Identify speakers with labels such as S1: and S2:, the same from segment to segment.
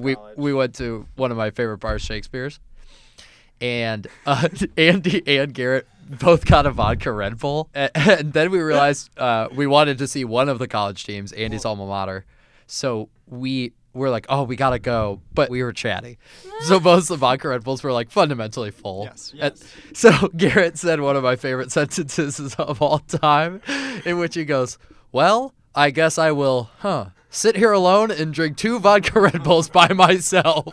S1: we
S2: college.
S1: we went to one of my favorite bars, Shakespeare's, and uh, Andy and Garrett both got a vodka Red Bull, and, and then we realized uh, we wanted to see one of the college teams, Andy's alma mater, so we were like, oh, we gotta go, but we were chatty, so both the vodka Red Bulls were like fundamentally full.
S3: Yes.
S1: And so Garrett said one of my favorite sentences of all time, in which he goes, "Well, I guess I will, huh? Sit here alone and drink two vodka Red Bulls by myself."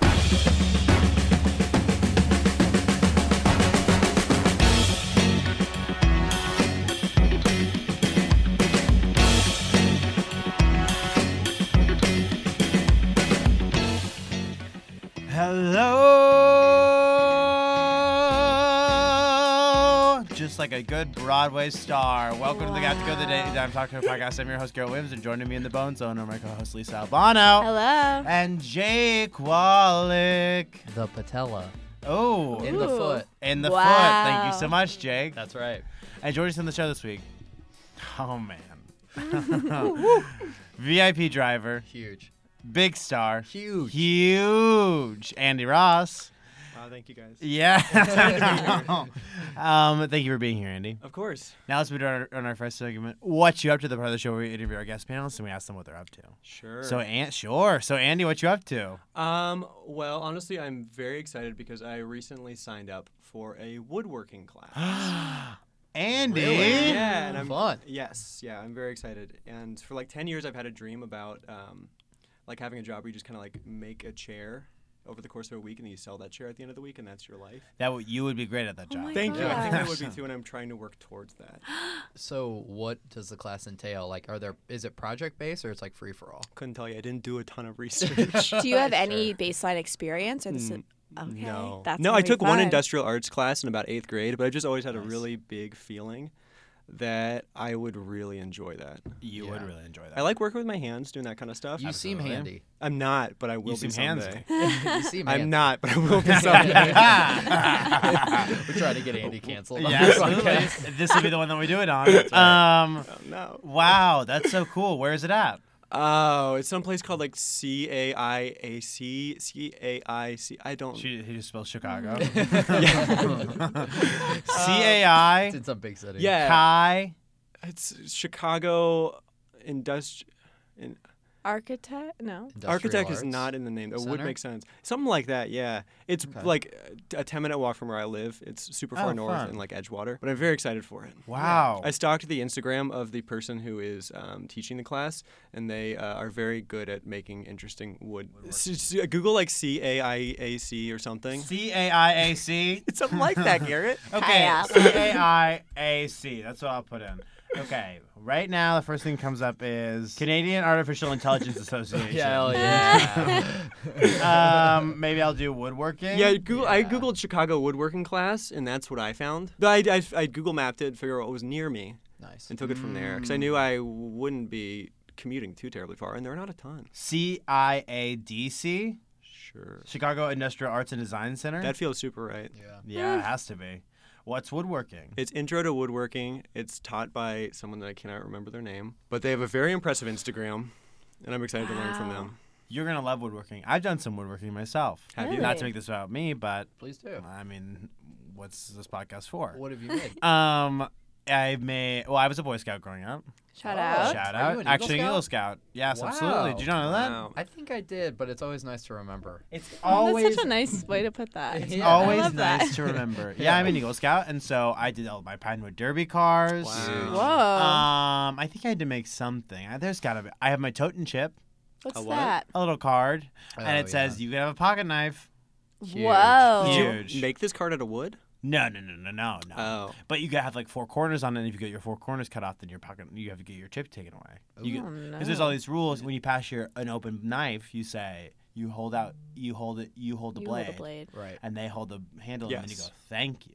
S3: Hello! Just like a good Broadway star. Welcome to the Got to Go the Day. I'm Talking to podcast. I'm your host, Garrett Williams, and joining me in the Bone Zone are my co host, Lisa Albano.
S2: Hello.
S3: And Jake Wallach.
S1: The patella
S3: Oh,
S1: in the
S2: Ooh.
S1: foot.
S3: in the
S2: Wow.
S3: foot. Thank you so much, Jake.
S1: That's right.
S3: And Jordy's on the show this week. Oh, man. VIP driver,
S1: Huge.
S3: big star,
S1: Huge.
S3: huge. Andy Ross.
S2: Wow, Uh, thank you guys.
S3: Yeah. um, thank you for being here, Andy.
S2: Of course.
S3: Now let's move on our, on our first segment. What you up to? The part of the show where we interview our guest panelists and we ask them what they're up to.
S2: Sure.
S3: So, Ant, sure. So, Andy, what you up to?
S2: um, well, honestly, I'm very excited because I recently signed up for a woodworking class.
S3: Andy.
S1: Really?
S2: yeah, and I'm
S1: Fun.
S2: Yes, yeah, I'm very excited. And for like 10 years, I've had a dream about um, like having a job where you just kind of like make a chair over the course of a week, and then you sell that chair at the end of the week, and that's your life.
S3: That would you would be great at that job.
S4: Oh my
S2: Thank you. I think I
S4: gosh.
S2: would be too, and I'm trying to work towards that.
S1: So, what does the class entail? Like, are there is it project based or it's like free for all?
S2: Couldn't tell you. I didn't do a ton of research.
S4: Do you have any baseline experience or this? Is, okay,
S2: No.
S4: that's
S2: no,
S4: gonna
S2: I
S4: be
S2: took one
S4: fun.
S2: industrial arts class in about eighth grade, but I just always had a really big feeling that I would really enjoy that.
S3: You would
S1: Yeah.
S3: really enjoy that.
S2: I like working with my hands, doing that kind of stuff.
S1: You seem
S3: Absolutely.
S1: handy.
S2: I'm not, but I will
S3: seem
S2: be someday.
S3: handsy.
S1: you seem handy.
S2: I'm not, but I will be someday.
S1: We're trying to get Andy canceled. on
S3: Yeah,
S1: this
S3: absolutely.
S1: podcast.
S3: this will be the one that we do it on. Um,
S2: oh, no.
S3: wow, that's so cool. Where is it at?
S2: Oh, it's someplace called like C A I A C C A I C. I don't.
S3: She, he just spelled Chicago.
S1: Yeah.
S3: C A I
S1: It's in some big city.
S2: Yeah,
S3: Chi.
S2: it's Chicago Industri In-
S4: architect. No.
S1: Industrial
S2: Architect is
S1: arts.
S2: not in the name. It would
S1: Center?
S2: make sense. Something like that, yeah. It's
S1: Okay.
S2: like a 10 minute walk from where I live. It's super far
S3: Oh,
S2: north
S3: fun.
S2: in like Edgewater, but I'm very excited for it.
S3: Wow.
S2: I stalked the Instagram of the person who is um, teaching the class, and they uh, are very good at making interesting wood. S- s- Google like C A I A C or something.
S3: C A I A C.
S2: It's something like that, Garrett.
S3: Okay,
S4: Kayak.
S3: C A I A C. That's what I'll put in. Okay, right now the first thing that comes up is Canadian Artificial Intelligence Association.
S1: Yeah, hell yeah.
S3: Um, maybe I'll do woodworking.
S2: Yeah, Google, I
S1: Yeah.
S2: googled Chicago woodworking class, and that's what I found. But I, I, I Google mapped it, and figured out what was near me,
S1: nice.
S2: and took it from there because I knew I wouldn't be commuting too terribly far, and there are not a ton.
S3: C I A D C.
S2: Sure.
S3: Chicago Industrial Arts and Design Center.
S2: That feels super right.
S1: Yeah.
S3: yeah, it has to be. What's woodworking?
S2: It's Intro to Woodworking. It's taught by someone that I cannot remember their name, but they have a very impressive Instagram, and I'm excited to learn from them.
S3: You're gonna love woodworking. I've done some woodworking myself.
S2: Have you?
S3: Not to make this about me, but
S1: Please do.
S3: I mean, what's this podcast for?
S1: What have you made?
S3: Um, I made. Well, I was a Boy Scout growing up.
S4: Shout
S1: Oh.
S4: out.
S1: Shout-
S3: Shout
S1: Are you
S3: out.
S1: an Eagle
S3: Actually,
S1: Scout?
S3: Eagle Scout. Yes,
S1: Wow.
S3: absolutely. Did you not know that?
S2: Wow.
S1: I think I did, but it's always nice to remember.
S3: It's
S4: Oh,
S3: always.
S4: That's such a nice way to put that.
S1: Yeah.
S4: I
S3: Always
S4: love
S3: nice
S4: that.
S3: to remember. yeah.
S1: Yeah.
S3: I'm an Eagle Scout, and so I did all my Pinewood Derby cars.
S2: Wow.
S4: Whoa. Uh,
S3: Um, I think I had to make something. I- There's gotta be. I have my Totem Chip,
S4: What's
S2: a what?
S4: that?
S3: a little card, and
S1: Oh,
S3: it says you can have a pocket knife.
S1: Huge.
S4: Whoa.
S3: Huge.
S2: Make this card out of wood?
S3: No, no, no, no, no, no.
S4: Uh.
S2: Oh.
S3: but you gotta have like four corners on it. And if you get your four corners cut off, then your pocket you have to get your chip taken away. You get,
S4: Oh,
S3: Because there's all these rules. When you pass your an open knife, you say you hold out, you hold it, you hold the,
S4: You
S3: blade,
S4: hold a blade.
S1: right.
S3: and they hold the handle, and then you
S2: Yes.
S3: go, "Thank you."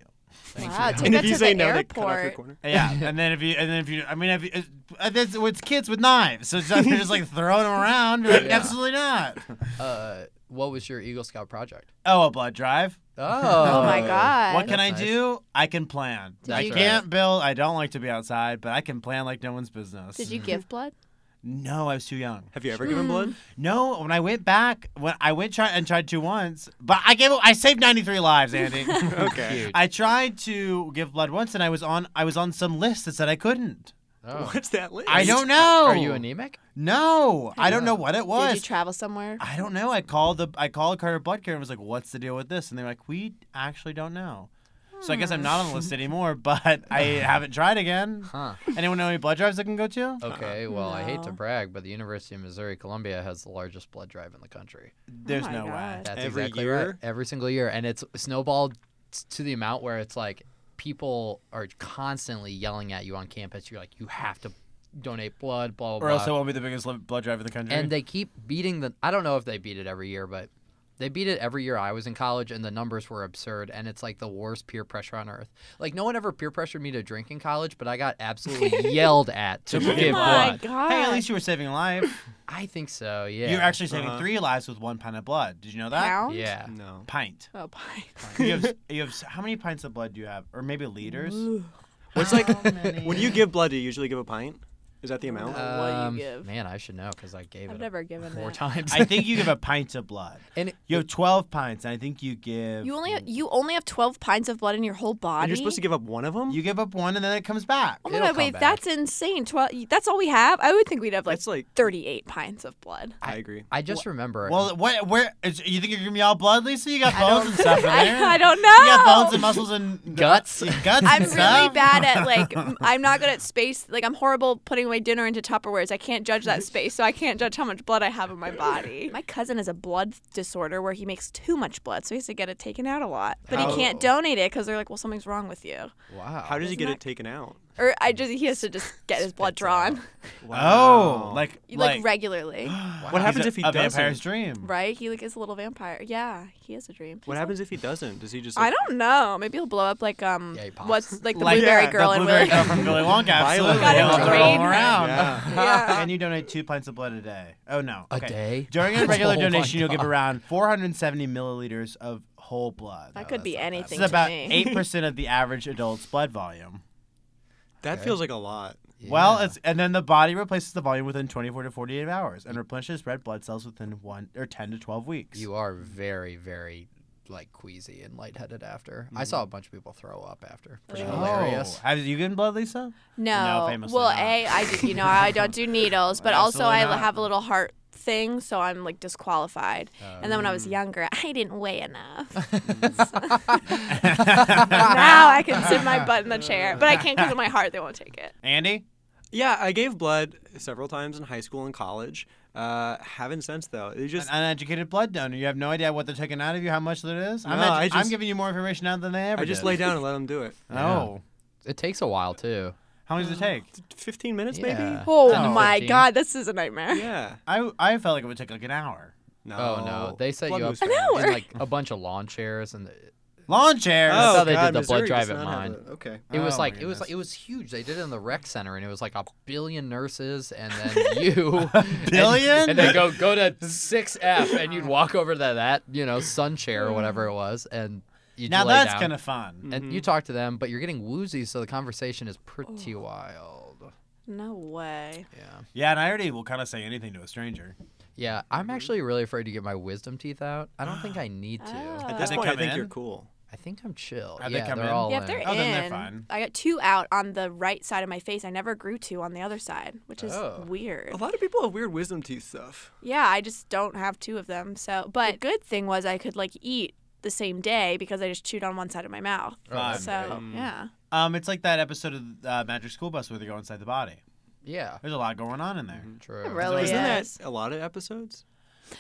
S4: Wow. Take
S2: and
S4: that
S2: if you
S4: to
S2: say
S4: the
S2: no, they cut off your
S4: airport.
S2: corner.
S3: Yeah, and then if you, and then if you, I mean, if you, it's, uh, it's, it's kids with knives, so it's just, they're just like throwing them around. You're like,
S1: Yeah.
S3: Absolutely not.
S1: Uh, what was your Eagle Scout project?
S3: Oh, a blood drive.
S1: Oh,
S4: oh my god.
S3: what can
S1: That's
S3: I
S1: nice.
S3: do? I can plan.
S4: Did
S3: I
S4: you
S3: can't build. I don't like to be outside, but I can plan like no one's business.
S4: Did you give blood?
S3: No, I was too young.
S2: Have you ever given blood?
S3: No, when I went back, when I went try and tried to once, but I gave I saved 93 lives, Andy.
S4: Hmm.
S2: Okay.
S3: I tried to give blood once, and I was on I was on some list that said I couldn't.
S1: Oh.
S2: What's that list?
S3: I don't know.
S1: Are you e-, anemic?
S3: No, I don't
S1: Yeah.
S3: know what it
S4: Did you
S3: was.
S4: travel somewhere?
S3: I don't know. I called the I called Carter Blood Care and was like, "What's the deal with this?" And they're like, "We actually don't know." So I guess I'm not on the list anymore, but I haven't tried again.
S1: Hmm. Huh. Oh
S3: Anyone know any blood drives I can go to?
S1: Okay,
S2: Uh,
S1: well, I hate to
S4: No.
S1: brag, but the University of Missouri Columbia has the largest blood drive in the country.
S3: There's
S4: my
S3: no way.
S4: God.
S1: That's
S2: Every
S1: exactly right.
S2: year?
S1: Every single year, and it's snowballed s- to the amount where it's like people are constantly yelling at you on campus. You're like, you have to donate blood, blah blah.
S3: Or else it
S1: blah.
S3: won't be the biggest li- blood drive in the country.
S1: and they keep beating the. I don't know if they beat it every year, but they beat it every year I was in college, and the numbers were absurd. And it's like the worst peer pressure on earth. Like no one ever peer pressured me to drink in college, but I got absolutely yelled at to
S3: give
S1: give
S4: my
S1: blood.
S4: God.
S3: hey, at least you were saving a life.
S1: I think so. Yeah.
S3: You're actually saving
S2: Uh-huh.
S3: three lives with one pint of blood. Did you know that?
S4: Pound?
S1: Yeah.
S2: No.
S3: Pint.
S4: Oh, pint.
S3: You have, you have how many pints of blood do you have, or maybe liters?
S4: Ooh.
S2: What's like when you give blood? Do you usually give a pint? Is that the amount?
S4: Uh, what do you give?
S1: Um, Man, I should know because I gave
S4: I've
S1: it
S4: never given
S1: four
S4: that.
S1: times.
S3: I think you give a pint of blood.
S1: and
S3: You have twelve pints, and I think you give
S4: You only have, you only have 12 pints of blood in your whole body.
S2: and you're supposed to give up one of them.
S3: you give up one, and then it comes back.
S4: Oh my
S1: It'll
S4: god, wait,
S1: come back.
S4: that's insane. 12 That's all we have? I would think we'd have like, Oh,
S2: That's like-
S4: 38 pints of blood.
S2: I agree.
S1: I just remember.
S3: Well, what? Where? Is, you think you're giving me all blood, Lisa? You got
S1: I don't-
S3: bones and stuff in
S4: I,
S3: there.
S4: I don't
S3: You got bones
S4: know.
S3: and muscles and
S1: Guts.
S3: and Guts.
S4: I'm
S3: and
S4: really
S3: stuff.
S4: bad at like m- I'm not good at space. Like I'm horrible putting away dinner into Tupperwares. I can't judge that space, so I can't judge how much blood I have in my body. My cousin has a blood disorder where he makes too much blood, so he has to get it taken out a lot. But he can't
S1: Oh.
S4: donate it because they're like, well, something's wrong with you.
S1: wow.
S2: How does he
S4: Isn't
S2: get
S4: that-
S2: it taken out?
S4: Or I just he has to just get his blood
S1: Spits it out.
S4: drawn
S3: Oh, like
S4: like, regularly,
S2: What
S3: he's
S2: happens
S3: a-
S2: if he
S3: a
S2: doesn't?
S3: vampire's dream?
S4: right? He like is a little vampire. Yeah, he has a dream.
S2: What
S4: He's
S2: happens if he doesn't? Does he just?
S4: I
S2: Like,
S4: don't know. Maybe he'll blow up like um
S1: Yeah, he pops.
S4: what's like the
S3: Like,
S4: blueberry
S3: yeah,
S4: girl
S3: the
S4: in
S3: blueberry
S4: Willy.
S3: girl from Willy Wonka. Absolutely,
S4: Got him
S3: They'll throw
S4: drained.
S3: him around.
S2: Yeah.
S4: yeah.
S3: And you donate two pints of blood a day. Oh no,
S1: A
S3: okay.
S1: day?
S3: During a
S1: Oh
S3: regular
S1: my
S3: donation, you'll give
S1: God.
S3: around 470 milliliters of whole blood.
S4: That
S1: No, that's
S4: could be
S1: not bad.
S4: anything.
S3: This
S4: to
S3: is about
S4: me.
S3: eight percent of the average adult's blood volume.
S2: That
S1: Okay.
S2: feels like a lot.
S3: Well,
S1: Yeah.
S3: it's and then the body replaces the volume within 24 to 48 hours and replenishes red blood cells within one or 10 to 12 weeks.
S1: you are very, very like queasy and lightheaded after. I saw a bunch of people throw up after, which is
S4: Mm-hmm. Oh.
S1: hilarious.
S3: Oh. Have you given blood, Lisa?
S4: No.
S3: famously
S4: well,
S3: not.
S4: a I do, you know I don't do needles, but also
S3: Absolutely
S4: I
S3: not.
S4: have a little heart thing, so I'm like disqualified. and then when I was
S3: Oh.
S2: Um.
S4: younger, I didn't weigh enough. now I can sit my butt in the chair, but I can't because of my heart; they won't take it.
S3: Andy?
S2: Yeah, I gave blood several times in high school and college. Uh, haven't since though. It
S3: An
S2: just
S3: uneducated blood donor. You have no idea what they're taking out of you, how much that is. I'm,
S2: No,
S3: edu-
S2: I
S3: I'm
S2: just-
S3: giving you more information now than they ever
S2: I just
S3: did.
S2: lay down and let them do it.
S3: Oh.
S1: It takes a while too.
S3: How long does it take?
S2: Fifteen minutes
S1: Yeah.
S2: maybe.
S4: Oh
S1: 10 to
S4: my
S1: 15.
S4: God, this is a nightmare.
S2: Yeah.
S3: I, I felt like it would take like an hour.
S2: No.
S1: Oh no, they set
S2: Blood
S1: you up
S2: moves
S1: in
S2: fast.
S4: hour.
S1: like a bunch of lawn chairs, and the-
S3: Lawn chairs.
S1: That's how
S2: Oh,
S1: they did
S2: God,
S1: the blood
S2: Missouri does
S1: drive at
S2: not have
S1: mine.
S2: a- Okay.
S1: it
S3: Oh,
S1: was
S3: my
S1: like it was
S3: goodness.
S1: like it was huge. They did it in the rec center, and it was like a billion nurses, and then you
S3: Billion?
S1: and, and they go go to six F, and you'd walk over to that you know sun chair or whatever it was, and you
S3: Now
S1: lay
S3: that's
S1: down. Mm.
S3: kind of fun.
S1: and you talk to them, but you're getting woozy, so the conversation is pretty wild.
S4: No way.
S1: Yeah.
S3: Yeah, and I already will kind of say anything to a stranger.
S1: Yeah, I'm actually really afraid to get my wisdom teeth out. I don't think I need to.
S4: Ah.
S2: At this
S3: they
S2: point, I
S3: come
S2: think
S3: in?
S2: you're cool.
S1: I think I'm chill.
S3: Have they
S1: yeah,
S3: come
S1: they're
S3: in?
S1: all
S4: Yeah, if
S1: in.
S4: they're
S3: Oh,
S4: in,
S3: then they're fine.
S4: I got two out on the right side of my face. I never grew two on the other side, which is
S1: Oh.
S4: weird.
S2: A lot of people have weird wisdom teeth stuff.
S4: Yeah, I just don't have two of them. So, but the good thing was I could like eat the same day because I just chewed on one side of my mouth.
S3: Fine.
S4: So, yeah.
S3: Um, it's like that episode of uh, Magic School Bus where they go inside the body.
S1: yeah,
S3: There's a lot going on in there.
S1: true.
S4: It really
S2: Isn't
S4: is.
S2: that a lot of episodes?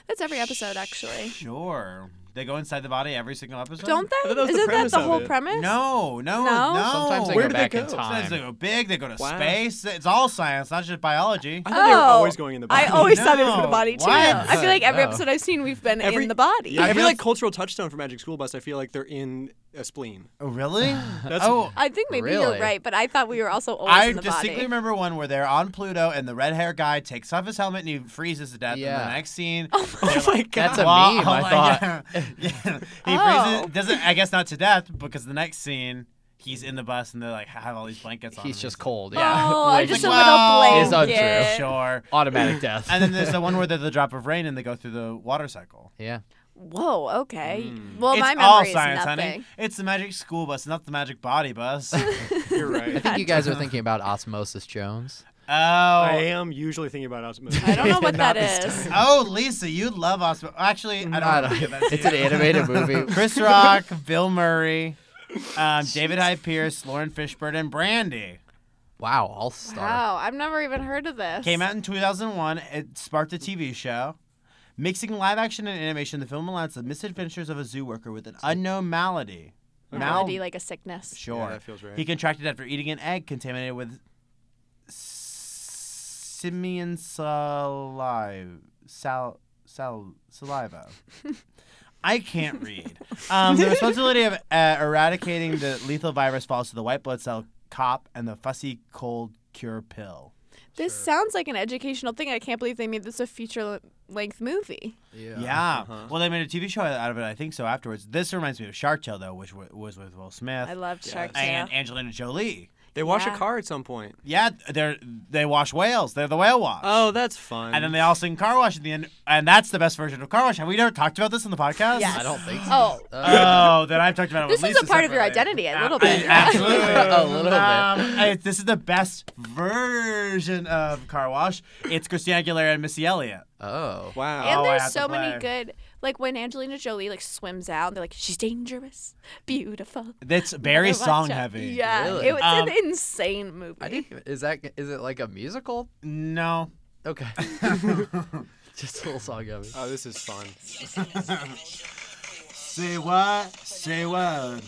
S4: That's every episode actually.
S3: Sure. They go inside the body every single episode.
S4: Don't they?
S2: I thought that was the
S4: Isn't that
S2: premise
S4: the
S2: of
S4: whole
S2: it.
S4: premise?
S3: No, no,
S4: No?
S3: no.
S1: Sometimes they
S2: Where
S1: go
S2: did they
S1: back in
S2: go?
S1: time.
S3: Sometimes they go big. They go to
S2: Wow.
S3: space. It's all science, not just biology.
S2: I thought they were
S4: Oh.
S2: always going in the
S4: I
S2: body.
S4: always thought it was in the
S3: No.
S4: body too.
S3: What?
S4: I feel like every
S1: No.
S4: episode I've seen, we've been
S2: Every-
S4: in the body.
S2: Yeah, I feel
S3: Every-
S2: like cultural touchdown for Magic School Bus. I feel like they're in a spleen.
S3: Oh, really?
S2: That's
S3: oh,
S4: I think maybe
S1: Really?
S4: you're right, but I thought we were also always
S3: I
S4: in the
S3: distinctly
S4: body.
S3: remember one where they're on Pluto and the red hair guy takes off his helmet and he freezes to death. And
S1: Yeah.
S3: the next scene,
S2: oh my god.
S1: That's a
S3: Wow,
S1: meme. I thought.
S3: yeah. Yeah. He
S4: Oh.
S3: freezes. Doesn't I guess not to death because the next scene he's in the bus and they're like have all these blankets on.
S1: He's
S3: him.
S1: just
S3: It's
S1: cold. Yeah.
S4: Oh,
S3: like-
S4: I'm just
S3: like,
S4: a little
S3: wow.
S1: It's
S4: blanket.
S1: untrue.
S3: Sure.
S1: Automatic death.
S3: And then there's the one where they're the drop of rain and they go through the water cycle.
S1: yeah.
S4: Whoa. Okay. Well,
S3: it's
S4: Oh, my memory
S3: all
S4: is
S3: science,
S4: nothing.
S3: honey. It's the magic school bus, not the magic body bus.
S2: You're
S1: I
S2: right.
S1: think you guys are thinking about Osmosis Jones.
S2: I
S3: oh,
S2: am usually thinking about osmosis.
S4: I don't know what
S1: Not
S4: that
S1: this
S4: is.
S3: oh, Lisa, you love Osmo. Actually, I don't.
S1: I
S3: wanna
S1: don't-
S3: give that to
S1: it's an
S3: you.
S1: animated movie.
S3: Chris Rock, Bill Murray, um, David Hyde Pierce, Lauren Fishburne, and Brandy.
S1: Wow, all star.
S4: Wow, I've never even heard of this.
S3: Came out in 2001. It sparked a TV show. Mixing live action and animation, the film aligns the misadventures of a zoo worker with an unknown malady.
S4: Malady, like a sickness.
S3: Sure.
S2: that feels right.
S3: He contracted after eating an egg contaminated with simian saliva. Sal, sal, saliva. I can't read. Um, the responsibility of uh, eradicating the lethal virus falls to the white blood cell cop and the fussy cold cure pill.
S4: This sounds like an educational thing. I can't believe they made this a feature-length movie.
S1: Yeah.
S3: Yeah. Well, they made a TV show out of it, I think so, afterwards. This reminds me of Shark Tale, though, which wa- was with Will Smith
S4: I loved Shark Tale.
S3: and Angelina Jolie.
S2: They wash
S4: Yeah.
S2: a car at some point.
S3: Yeah, they're, they wash whales. They're the whale wash.
S2: Oh, that's fun.
S3: And then they all sing Car Wash at the end, and that's the best version of Car Wash. Have we never talked about this in the podcast?
S4: Yes.
S1: I don't think so.
S4: Oh,
S1: Uh,
S3: Oh, then I've talked about it.
S4: This
S3: with
S4: is a
S3: Lisa
S4: part of your
S3: separately.
S4: identity, a
S3: Uh,
S4: little bit.
S3: I- Absolutely,
S1: A little bit.
S3: Um, I- this is the best version of Car Wash. It's Christina Aguilera and Missy Elliott.
S1: oh.
S2: wow.
S4: and
S3: Oh, I
S4: there's
S3: have to
S4: so many
S3: play.
S4: good, like when Angelina Jolie like swims out, and they're like, she's dangerous, beautiful.
S3: That's very
S4: Watch
S3: song
S4: out.
S3: heavy.
S4: Yeah,
S1: Really?
S4: it was
S3: Um,
S4: an insane movie.
S1: I didn't, is that is it like a musical?
S3: No.
S1: Okay. Just a little song of it.
S3: Uh,
S2: Oh, this is fun.
S3: Say what? Say what?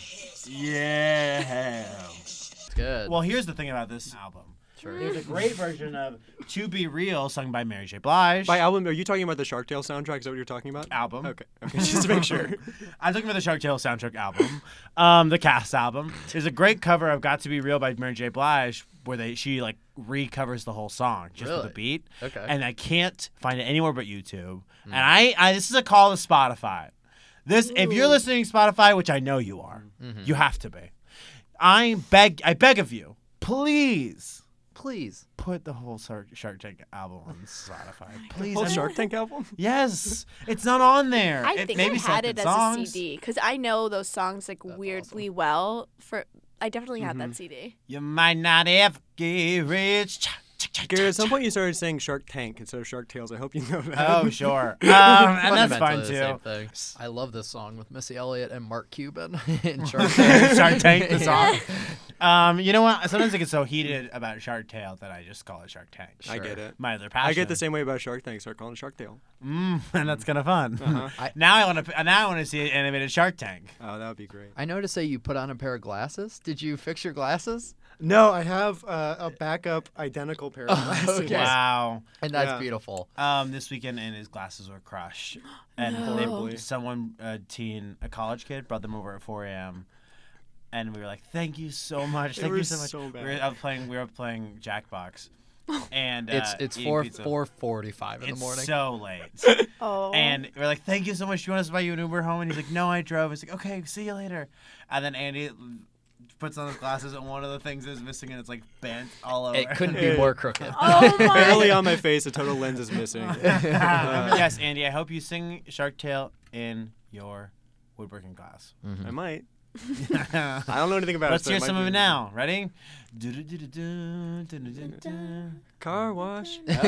S3: Yeah.
S1: It's good.
S3: Well, here's the thing about this album.
S1: Sure.
S3: There's a great version of "To Be Real" sung by Mary J. Blige.
S2: By album, are you talking about the Shark Tale soundtrack? Is that what you're talking about?
S3: album.
S2: Okay. Okay. Just to make sure.
S3: I'm talking about the Shark Tale soundtrack album, um, the cast album. There's a great cover of "Got to Be Real" by Mary J. Blige, where they she like recovers the whole song just with
S1: Really?
S3: a beat.
S1: Okay. Hmm.
S3: And I can't find it anywhere but YouTube. And I, I this is a call to Spotify. This if you're listening to Spotify, which I know you are,
S1: Mm-hmm.
S3: you have to be. I beg I beg of you, please
S1: Please.
S3: put the whole Shark, Shark Tank album on Spotify.
S4: Oh
S3: Please.
S2: Whole
S3: I'm-
S2: Shark Tank album.
S3: Yes, it's not on there.
S4: I
S3: It
S4: think
S3: may
S4: I
S3: be
S4: had
S3: selected
S4: it as a
S3: songs.
S4: CD because I know those songs like weirdly well. For I definitely had
S3: Mm-hmm.
S4: that CD.
S3: You might not have get rich. Cha, cha, cha,
S2: Gary, at
S3: cha,
S2: some
S3: cha.
S2: point you started saying Shark Tank instead of Shark Tales. I hope you know that.
S3: Oh, sure. Um, and that's fine
S1: Fundamentally the
S3: too.
S1: Same thing. I love this song with Missy Elliott and Mark Cuban in Shark Tank.
S3: Shark Tank, the song. Um, you know what? Sometimes I get so heated about Shark Tale that I just call it Shark Tank.
S2: I get it.
S3: My other passion.
S2: I get the same way about Shark Tank. Start calling it Shark Tale.
S3: Mm, and that's kind of fun.
S1: I-
S3: now I want to. Now I want to see an animated Shark Tank.
S2: Oh, that would be great.
S1: I noticed that you put on a pair of glasses. Did you fix your glasses?
S5: No, I have uh, a backup identical pair
S2: Oh,
S5: of glasses.
S1: okay. Yes.
S3: Wow.
S1: And that's
S2: Yeah.
S1: beautiful.
S3: Um, this weekend, and his glasses were crushed. And they-
S2: Horribly.
S3: someone, a teen, a college kid, brought them over at 4 a.m. And we were like, "Thank you so much,
S2: They
S3: thank
S2: were
S3: you so much."
S2: so bad.
S3: We were up playing, we were up playing Jackbox, and uh,
S1: It's it's
S3: eating
S1: four
S3: pizza.
S1: four forty five in
S3: It's
S1: the morning.
S3: so late,
S4: Oh,
S3: and we we're like, "Thank you so much. Do you want us to buy you an Uber home?" And he's like, "No, I drove." It's like, "Okay, see you later." And then Andy puts on his glasses, and one of the things is missing, and it's like bent all over.
S1: it couldn't be more crooked.
S4: oh
S2: Barely
S4: my.
S2: on my face, a total lens is missing.
S3: yes, Andy. I hope you sing Shark Tale in your woodworking class.
S2: I might.
S3: Let's
S2: I don't know anything about it. so
S3: hear
S2: might
S3: some of
S2: be-
S3: it now. Ready? Du-du-du-du-du, du-du-du-du.
S2: Car wash.
S1: yeah.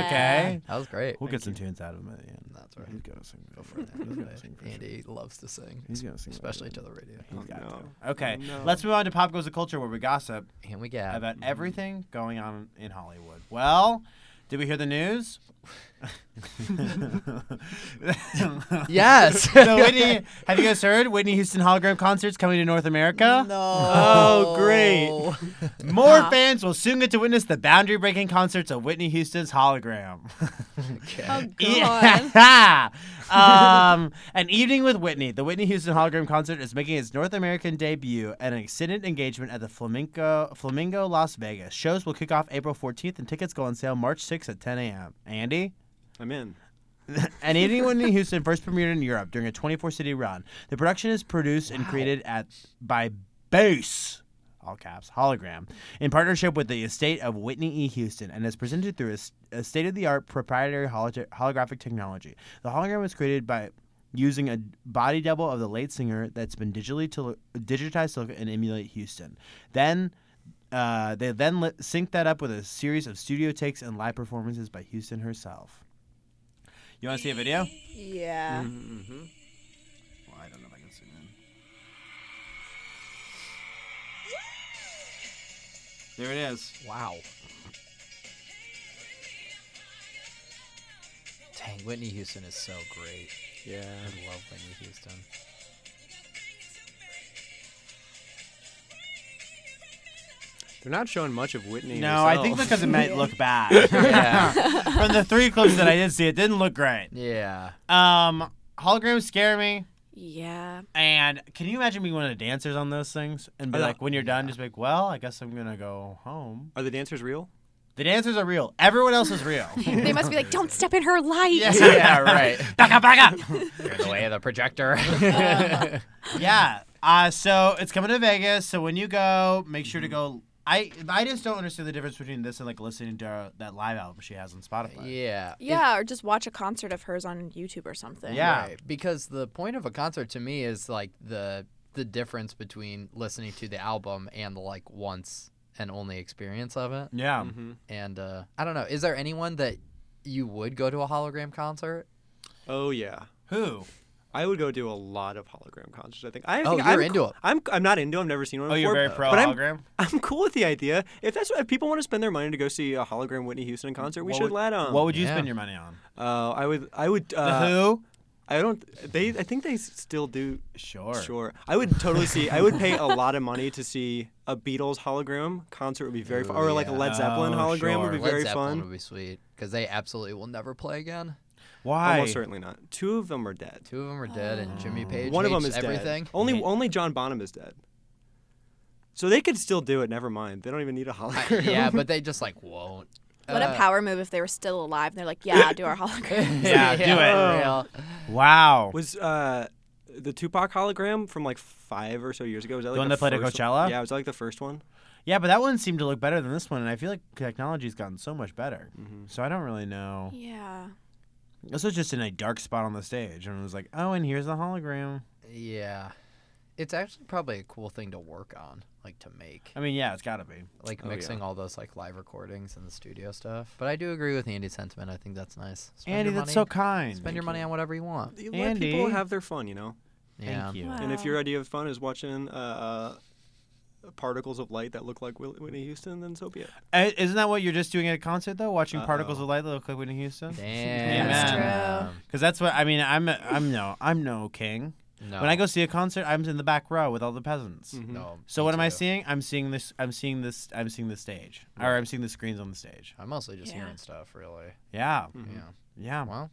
S3: Oh, wow, Okay.
S1: That was great.
S3: We'll get some tunes out of him at the end.
S1: That's right.
S3: He's gonna sing. Go for
S1: Andy loves to sing,
S3: He's gonna sing.
S1: especially to the radio.
S2: Oh, No.
S3: Okay,
S2: No.
S3: let's move on to Pop Goes the Culture, where we gossip
S1: And we got
S3: about everything going on in Hollywood. Well, did we hear the news?
S1: yes.
S3: so Whitney, have you guys heard Whitney Houston hologram concerts coming to North America?
S1: Oh,
S2: great.
S3: More
S4: Huh.
S3: fans will soon get to witness the boundary-breaking concerts of Whitney Houston's hologram.
S4: Oh god.
S3: Yeah. um, an evening with Whitney. The Whitney Houston hologram concert is making its North American debut at an extended engagement at the Flamingo Flamingo Las Vegas. Shows will kick off April 14th, and tickets go on sale March 6th at 10 a.m. Andy.
S2: I'm in.
S3: An evening with Whitney Houston first premiered in Europe during a 24 city run. The production is produced and created at by Space. All caps, hologram, in partnership with the estate of Whitney E. Houston, and is presented through a, s- a state of the art proprietary hologe- holographic technology. The hologram was created by using a body double of the late singer that's been digitally to look, digitized to look and emulate Houston. Then uh, they then li- sync that up with a series of studio takes and live performances by Houston herself. You want to see a video?
S4: Yeah.
S3: Well, I don't know if I can zoom in. There it is.
S1: Wow. Dang, Whitney Houston is so great.
S2: Yeah.
S1: I love Whitney Houston.
S2: They're not showing much of Whitney.
S3: No, I think
S2: herself.
S3: because it might look bad.
S1: Yeah.
S3: From the three clips that I did see, it didn't look great.
S1: Yeah.
S3: Um, holograms scare me.
S4: Yeah.
S3: And can you imagine being one of the dancers on those things and be
S2: Are the-
S3: like, when you're done, just be like, well, I guess I'm gonna go home.
S2: Are the dancers real?
S3: The dancers are real. Everyone else is real.
S4: They must be like, don't step in her light.
S1: Yeah, right.
S3: back up, back up.
S1: You're the way of the projector.
S3: yeah. Uh, so it's coming to Vegas. So when you go, make sure to
S2: Mm-hmm.
S3: go. I I just don't understand the difference between this and like listening to uh, that live album she has on Spotify.
S1: yeah.
S4: Yeah, or just watch a concert of hers on YouTube or something.
S3: Yeah.
S1: Right, because the point of a concert to me is like the the difference between listening to the album and the like once and only experience of it.
S3: Yeah.
S2: Mm-hmm.
S1: And uh, I don't know, is there anyone that you would go to a hologram concert?
S2: Oh yeah.
S3: Who?
S2: I would go do a lot of hologram concerts. I think. I
S1: Oh,
S2: think
S1: you're
S2: I'm
S1: into
S2: cool-
S1: it.
S2: I'm. I'm not into. 'em, I've never seen one.
S3: Oh, you're
S2: before,
S3: very pro
S2: but I'm-
S3: hologram.
S2: I'm cool with the idea. If that's what, if people want to spend their money to go see a hologram Whitney Houston concert, we
S3: What
S2: should
S3: would-
S2: let them.
S3: What would you
S1: Yeah.
S3: spend your money on?
S2: uh, I would. I would.
S3: The
S2: Oh, Uh,
S3: Who?
S2: I don't. They. I think they s- still do.
S3: Sure.
S2: Sure. I would totally see. I would pay a lot of money to see a Beatles hologram concert. Would be very fun,
S1: Ooh,
S2: or like a
S1: yeah.
S2: Led Zeppelin
S3: Oh,
S2: hologram
S3: sure.
S2: would be
S1: Led
S2: very
S1: Zeppelin
S2: fun.
S1: would be sweet because they absolutely will never play again.
S3: Why?
S2: Almost certainly not. Two of them are dead.
S1: Two of them are dead, and
S3: Oh.
S1: Jimmy Page
S2: One of them
S1: hates
S2: is
S1: everything.
S2: dead. Only
S1: Hate-
S2: only John Bonham is dead. So they could still do it. Never mind. They don't even need a
S1: I-
S2: hologram.
S1: yeah, but they just like won't.
S4: What
S1: Uh,
S4: a power move if they were still alive and they're like, yeah, do our hologram.
S3: Yeah, do it.
S1: for real.
S3: Wow.
S2: Was uh, the Tupac hologram from like five or so years ago? Was that like
S3: one
S2: the
S3: that played at
S2: first
S3: Coachella?
S2: Yeah, was that like the first one?
S3: yeah, but that one seemed to look better than this one, and I feel like technology's gotten so much better. So I don't really know.
S4: yeah.
S3: This was just in a dark spot on the stage, and it was like, oh, and here's the hologram.
S1: Yeah. It's actually probably a cool thing to work on, like to make.
S3: I mean, yeah, it's gotta be.
S1: like
S2: Oh, yeah.
S1: mixing all those like live recordings and the studio stuff. But I do agree with Andy's sentiment. I think that's nice. Spend
S3: Andy,
S1: your
S3: that's so
S1: money-
S3: kind.
S1: Spend your money on whatever you want.
S2: You Let people
S3: Andy?
S2: have their fun, you know.
S1: Yeah.
S3: Thank you.
S4: Wow.
S2: And if your idea of fun is watching uh, uh, particles of light that look like Will- Whitney Houston, then so be it.
S3: Uh, Isn't that what you're just doing at a concert though? Watching
S2: Uh-oh.
S3: particles of light that look like Whitney Houston?
S1: Damn.
S3: That's true.
S1: Damn.
S3: Because that's what I mean. I'm I'm no I'm no king.
S1: No.
S3: When I go see a concert, I'm in the back row with all the peasants.
S2: Mhm.
S1: no.
S3: Mm-hmm. So
S1: me
S3: what am I
S1: too.
S3: seeing? I'm seeing this. I'm seeing this. I'm seeing the stage, or I'm seeing the screens on the stage.
S1: I'm mostly just
S4: Yeah.
S1: hearing stuff, really.
S3: Yeah,
S1: Yeah.
S3: yeah.
S1: Well,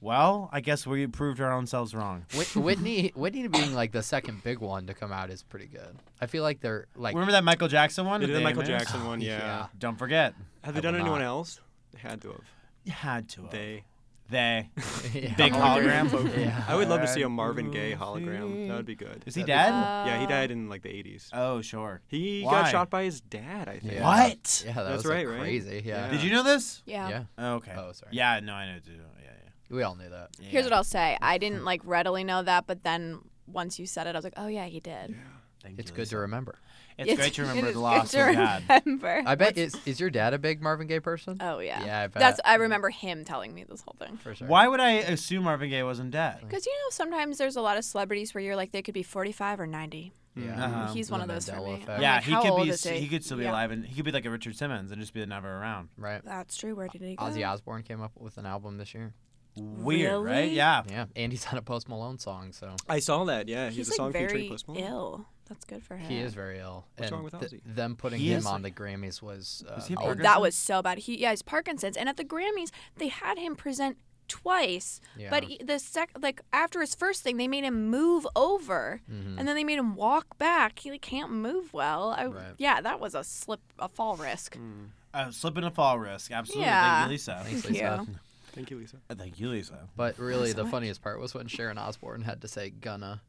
S3: Well, I guess we proved our own selves wrong.
S1: Whit- Whitney, Whitney being like the second big one to come out is pretty good. I feel like they're like.
S3: Remember that Michael Jackson one?
S2: They did the
S3: They
S2: Michael
S3: missed?
S2: Jackson one, yeah.
S1: yeah.
S3: Don't forget.
S2: Have they
S1: I
S2: done
S1: will not.
S2: anyone else? They had to have.
S3: You had to. have.
S2: They.
S3: They.
S1: yeah.
S3: Big hologram.
S1: Yeah.
S3: Oh,
S2: I would love to see a
S3: Alright,
S2: Marvin Gaye
S3: we'll
S2: hologram. That would be good.
S3: Is he
S2: That'd be
S3: dead?
S2: cool. yeah, he
S4: uh,
S2: died in like the 80s.
S3: oh sure.
S2: He
S3: Why?
S2: got shot by his dad, I think.
S1: Yeah.
S3: What?
S1: Yeah, that
S2: That's
S1: was like,
S2: right, right?
S1: crazy. Yeah.
S2: Yeah.
S3: Did you know this?
S4: Yeah.
S1: Yeah.
S3: Okay.
S1: Oh, sorry.
S3: Yeah. No, I know. Too. Yeah, yeah.
S1: We all knew that.
S3: yeah.
S4: Here's what I'll say. I didn't like readily know that, but then once you said it, I was like, oh yeah, he did.
S3: Thank
S1: It's
S3: you,
S1: good
S3: Lisa.
S1: to remember.
S3: It's great to
S4: it
S3: remember
S4: is
S3: the loss
S4: good
S3: of
S4: to
S3: God.
S4: remember.
S1: I bet is is your dad a big Marvin Gaye person?
S4: Oh Uh, yeah.
S1: Yeah, I bet.
S4: That's I remember him telling me this whole thing.
S1: For sure.
S3: Why would I assume Marvin Gaye wasn't dead?
S4: Because you know sometimes there's a lot of celebrities where you're like they could be 45 or 90.
S2: Mm-hmm.
S1: Yeah.
S3: Uh-huh.
S4: He's
S1: the
S4: one of those for
S1: Mandela
S4: me. I'm
S1: effect.
S3: yeah,
S4: like,
S3: he
S4: how
S3: could
S4: old
S3: be.
S4: is
S3: s- He could still be
S4: Yeah.
S3: alive, and he could be like a Richard Simmons and just be never around.
S1: Right.
S4: That's true. Where did he go?
S1: Ozzy Osbourne came up with an album this year.
S3: Weird, right?
S4: Really?
S3: Yeah.
S1: Yeah, Andy's on a Post Malone song, so
S2: I saw that, yeah.
S4: He's
S2: He's, a
S4: like
S2: song featuring
S4: very
S2: Post Malone.
S4: ill. That's good for him.
S1: he is very ill.
S2: What's
S1: and
S2: wrong with
S1: th-
S2: Ozzy?
S1: them putting
S3: He
S1: him
S3: is
S1: on the Grammys was. Uh,
S3: Does he have
S1: oh,
S4: Oh,
S3: Parkinson's?
S4: that was so bad. He yeah, he's Parkinson's, and at the Grammys they had him present twice. But
S1: Yeah.
S4: he, the sec like after his first thing, they made him move over,
S1: Mm-hmm.
S3: Hmm.
S4: and then they made him walk back. He like, can't move well. I,
S1: Right.
S4: Yeah, that was a slip, a fall risk.
S2: Mm.
S3: Uh, slip and a fall risk. Absolutely. Thank
S4: Yeah.
S3: you, Lisa.
S1: Thanks,
S4: Thank
S1: Lisa.
S4: you.
S2: Thank you, Lisa.
S3: Uh, Thank you, Lisa.
S1: But really, the
S4: much.
S1: funniest part was when Sharon Osbourne had to say "gonna,"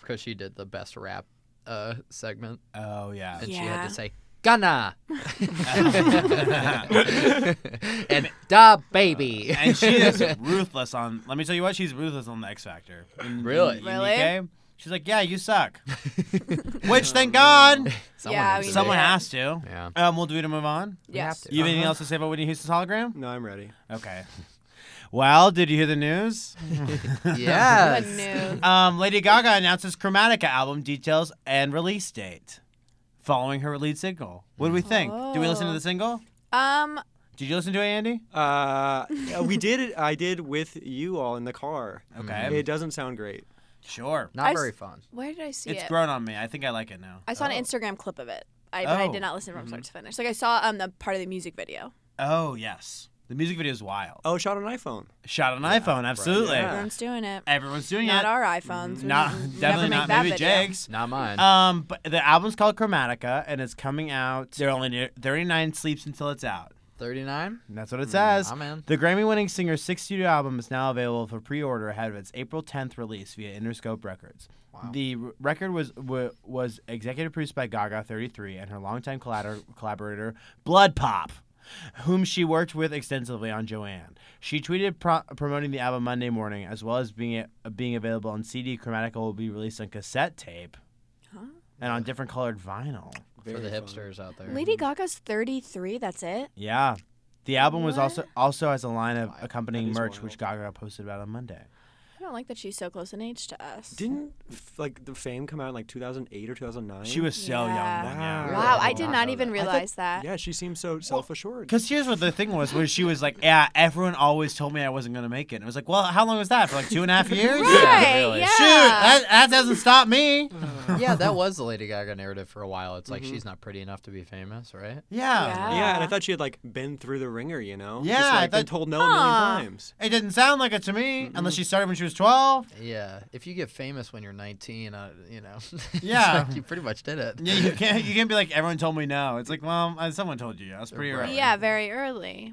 S1: because she did the best rap uh, segment,
S3: Oh yeah.
S1: and she had
S4: Yeah.
S1: to say Ghana and da baby.
S3: Uh, and she is ruthless on. Let me tell you what, she's ruthless on the X Factor. In-
S1: Really?
S3: in
S4: Really?
S3: UK. she's like, yeah, you suck. Which, thank God,
S1: Someone
S4: Yeah,
S1: needs
S4: we
S1: to
S3: someone
S1: do it.
S4: Yeah.
S3: has to.
S1: Yeah.
S3: Um, we'll do it to move on.
S4: Yes.
S3: You have anything else to say about Whitney Houston's hologram?
S2: No, I'm ready.
S3: Okay. Well, did you hear the news?
S4: Good
S1: Yes.
S4: news.
S3: Um, Lady Gaga announces Chromatica album details and release date, following her lead single. What do we think? Do we listen to
S4: Oh.
S3: the single?
S4: Um,
S3: Did you listen to it, Andy?
S2: Uh, yeah, we did it. I did with you all in the car.
S3: Okay.
S2: Mm-hmm. It doesn't sound great.
S3: Sure.
S1: Not
S4: I s-
S1: very fun.
S4: where did I see
S3: It's
S4: it?
S3: grown on me. I think I like it now.
S4: I saw an Instagram clip of it. I, but I
S3: Oh.
S4: did not listen from start to finish. Like I saw um the part of the music video.
S3: Oh yes, the music video is wild.
S2: Oh, shot on an iPhone.
S3: Shot on iPhone, absolutely.
S2: Yeah.
S4: Everyone's doing it.
S3: Everyone's doing
S4: Not
S3: it.
S4: our iPhones. We
S3: not
S4: didn't- we
S3: definitely not.
S4: never make that
S3: Maybe
S4: video.
S3: Jake's.
S1: Not mine.
S3: Um, but the album's called Chromatica, and it's coming out. They're only near- 39 sleeps until it's out.
S1: Thirty-nine.
S3: And that's what it says.
S1: I'm in.
S3: The Grammy winning singer's sixth studio album is now available for pre order ahead of its April 10th release via Interscope Records. The r- record was w- was executive produced by Gaga 33 and her longtime collater- collaborator, Blood Pop, whom she worked with extensively on Joanne. She tweeted pro- promoting the album Monday morning, as well as being, a- being available on CD. Chromatica will be released on cassette tape and on different colored vinyl.
S1: For the
S2: Very
S1: hipsters out there.
S4: Lady Gaga's 33. That's it.
S3: Yeah. The album was
S4: What?
S3: also also has a line of accompanying
S2: is
S3: merch,
S2: wild.
S3: which Gaga posted about on Monday.
S4: I don't like that she's so close in age to us.
S2: Didn't f- like the Fame come out in like 2008 or 2009?
S3: She was so
S4: Yeah.
S3: young then, yeah.
S4: wow,
S1: I
S4: I
S1: did
S4: did
S1: not
S4: not
S1: know
S4: even
S1: that.
S2: I thought-
S4: realize that.
S2: Yeah, she seems so self-assured.
S3: Because here's what the thing was, was she was like, yeah, everyone always told me I wasn't going to make it. And I was like, well, how long was that? For like two and a half years?
S1: Yeah,
S4: Right.
S1: really.
S4: Yeah.
S3: Shoot, that, that doesn't stop me.
S1: yeah, that was the Lady Gaga narrative for a while. It's like
S3: Mm-hmm.
S1: she's not pretty enough to be famous, right?
S3: Yeah.
S4: Yeah.
S2: yeah, and I thought she had like been through the ringer, you know?
S3: Yeah,
S2: Just,
S3: I
S2: like, been
S3: thought-
S2: told no a million
S4: Huh.
S2: times.
S3: It didn't sound like it to me, unless she started when she was 12.
S1: Yeah. If you get famous when you're 19, uh, you know, it's
S3: Yeah.
S1: like you pretty much did it.
S3: Yeah, you can't, you can't be like, everyone told me no. It's like, well, uh, someone told you. That's pretty
S1: Right.
S3: right.
S4: Yeah, very early.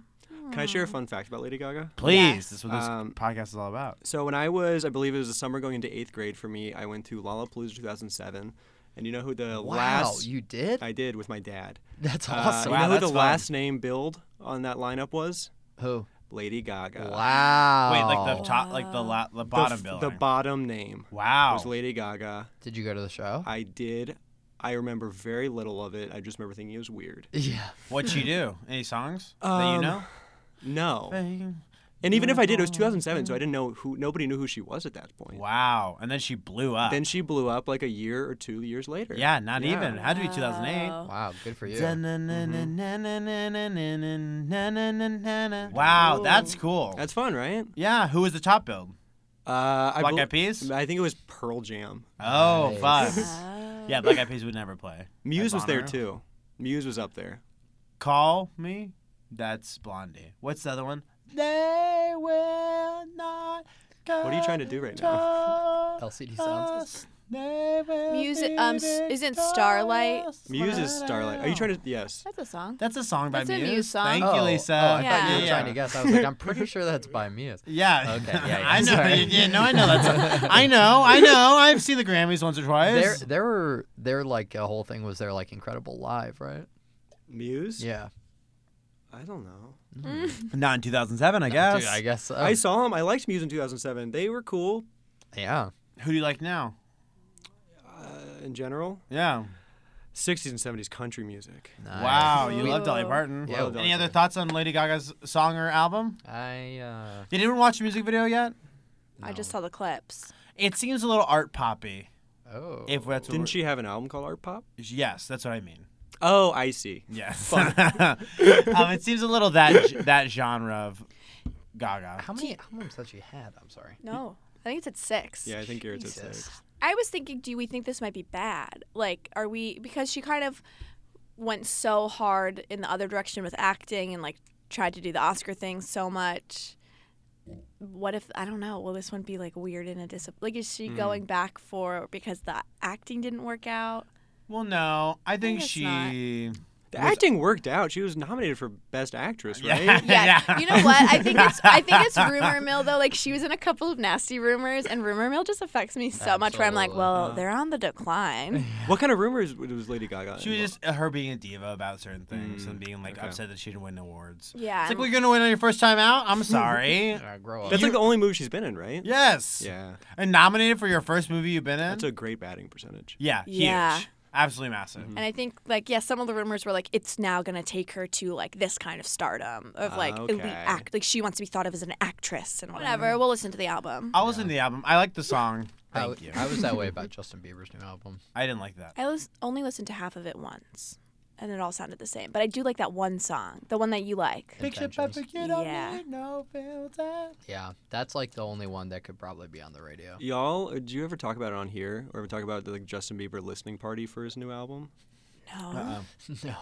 S2: Can I share
S3: Hmm.
S2: a fun fact about Lady Gaga?
S3: Please. This is what this
S2: Um,
S3: podcast is all about.
S2: So when I was, I believe it was the summer going into eighth grade for me, I went to Lollapalooza 2007, and you know who the
S1: Wow,
S2: last
S1: you did?
S2: I did with my dad.
S1: That's
S2: Uh,
S1: awesome.
S2: you know
S3: Wow,
S2: who the
S3: that's fun.
S2: last name build on that lineup was?
S1: Who?
S2: Lady Gaga.
S1: Wow.
S3: Wait, like the top, like
S4: uh,
S3: the, la- the
S2: The
S3: bottom
S2: f-
S3: building.
S2: The bottom name
S3: wow.
S2: was Lady Gaga.
S1: Did you go to the show?
S2: I did. I remember very little of it. I just remember thinking it was weird.
S1: yeah.
S3: What'd she do? Any songs
S2: Um,
S3: that
S2: No.
S3: you know?
S2: And even if I did, it was 2007, so I didn't know who. Nobody knew who she was at that point.
S3: Wow. And then she blew up.
S2: Then she blew up like a year or two years later.
S3: yeah, not
S2: Yeah.
S3: even. It had to
S4: Oh.
S3: be 2008.
S4: Wow.
S1: Wow. Good for you.
S3: Mm-hmm. Wow, that's cool.
S2: Mm-hmm. That's fun, right?
S3: yeah, who was the top build?
S2: Uh, I
S3: Black
S2: bel-
S3: Eyed Peas?
S2: I think it was Pearl Jam.
S3: Oh,
S1: Nice.
S3: fun. Yeah, Black Eyed Peas would never play.
S2: Muse was there
S3: Bonner.
S2: too. Muse was up there.
S3: Call me. That's Blondie. What's the other one? They will not.
S2: What are you trying to do right now?
S3: now?
S1: LCD sound
S4: Music- um, s- isn't Starlight-
S2: Muse is Starlight. Are you trying to? Yes.
S4: That's a song.
S3: That's a song by
S4: That's a Muse song.
S3: Thank you,
S1: Oh,
S3: Lisa.
S1: Oh, I thought
S4: Yeah.
S1: you were
S4: Yeah.
S1: trying to guess. I was like, I'm pretty sure that's by Muse.
S3: Yeah.
S1: Okay, yeah, yeah,
S3: I know.
S1: sorry.
S3: Yeah, no, I know that song. I know. I know. I've seen the Grammys once or
S1: There,
S3: twice.
S1: there were, their like a whole thing was their like incredible live, right?
S2: Muse?
S1: Yeah.
S2: I don't know.
S3: Not in 2007, I guess.
S1: Dude, I guess.
S3: Oh.
S1: So.
S2: I saw them. I liked Muse in 2007. They were cool
S1: yeah.
S3: Who do you like now?
S2: uh, in general.
S3: Yeah.
S2: 60s and 70s country music.
S1: Nice.
S3: Wow. You
S4: Ooh.
S3: love Dolly Parton.
S1: Yeah.
S3: Any other thoughts on Lady Gaga's song or album?
S1: I uh,
S3: Did anyone watch the music video yet?
S4: I just saw the clips.
S3: It seems a little art poppy.
S1: oh.
S3: If that's what
S2: Didn't
S3: we're-
S2: she have an album called Art Pop?
S3: Yes, that's what I mean.
S2: Oh, I see.
S3: Yes. um, it seems a little that that genre of Gaga.
S1: how many albums had she had? I'm sorry.
S4: No. I think it's at six.
S2: Yeah, I think yours is
S1: Jesus.
S2: six.
S4: I was thinking, do we think this might be bad? Like, are we because she kind of went so hard in the other direction with acting and like tried to do the Oscar thing so much. What if I don't know? Will this one be like weird and a dis? Like, is she
S3: Hmm.
S4: going back for because the acting didn't work out?
S3: Well, no, I think
S4: it's
S3: she.
S2: The acting worked out. She was nominated for Best Actress, right?
S4: Yeah.
S3: Yeah.
S4: You know what? I think it's I think it's rumor mill though. Like she was in a couple of nasty rumors and rumor mill just affects me so much where I'm like,
S1: Absolutely.
S3: Uh-huh.
S4: well, they're on the decline.
S2: What kind of rumors w- was Lady Gaga?
S3: She was
S2: involved?
S3: just uh, her being a diva about certain things and being like
S2: okay.
S3: upset that she didn't win awards.
S4: Yeah.
S3: It's like
S4: I'm-
S3: we're gonna win on your first time out. I'm sorry.
S1: Uh, grow up.
S2: That's like the only movie she's been in, right?
S3: yes.
S2: Yeah.
S3: And nominated for your first movie you've been in.
S2: That's a great batting percentage.
S3: yeah.
S4: Yeah.
S3: Huge. Absolutely massive.
S1: Mm-hmm.
S4: and I think like yeah, some of the rumors were like it's now gonna take her to like this kind of stardom of like elite
S2: Okay.
S4: act like she wants to be thought of as an actress and whatever. We'll listen to the album.
S3: I was in the album. I liked the song.
S1: I,
S3: Thank
S1: w-
S3: you.
S1: I was that way about Justin Bieber's new album.
S3: I didn't like that.
S4: I lis- only listened to half of it once, and it all sounded the same. But I do like that one song, the one that you like.
S3: Picture
S1: Intentions.
S3: perfect, you don't
S4: Yeah.
S3: need no filter.
S1: Yeah, that's like the only one that could probably be on the radio.
S2: Y'all, uh, do you ever talk about it on here, or ever talk about the like, Justin Bieber listening party for his new album?
S4: No.
S1: no.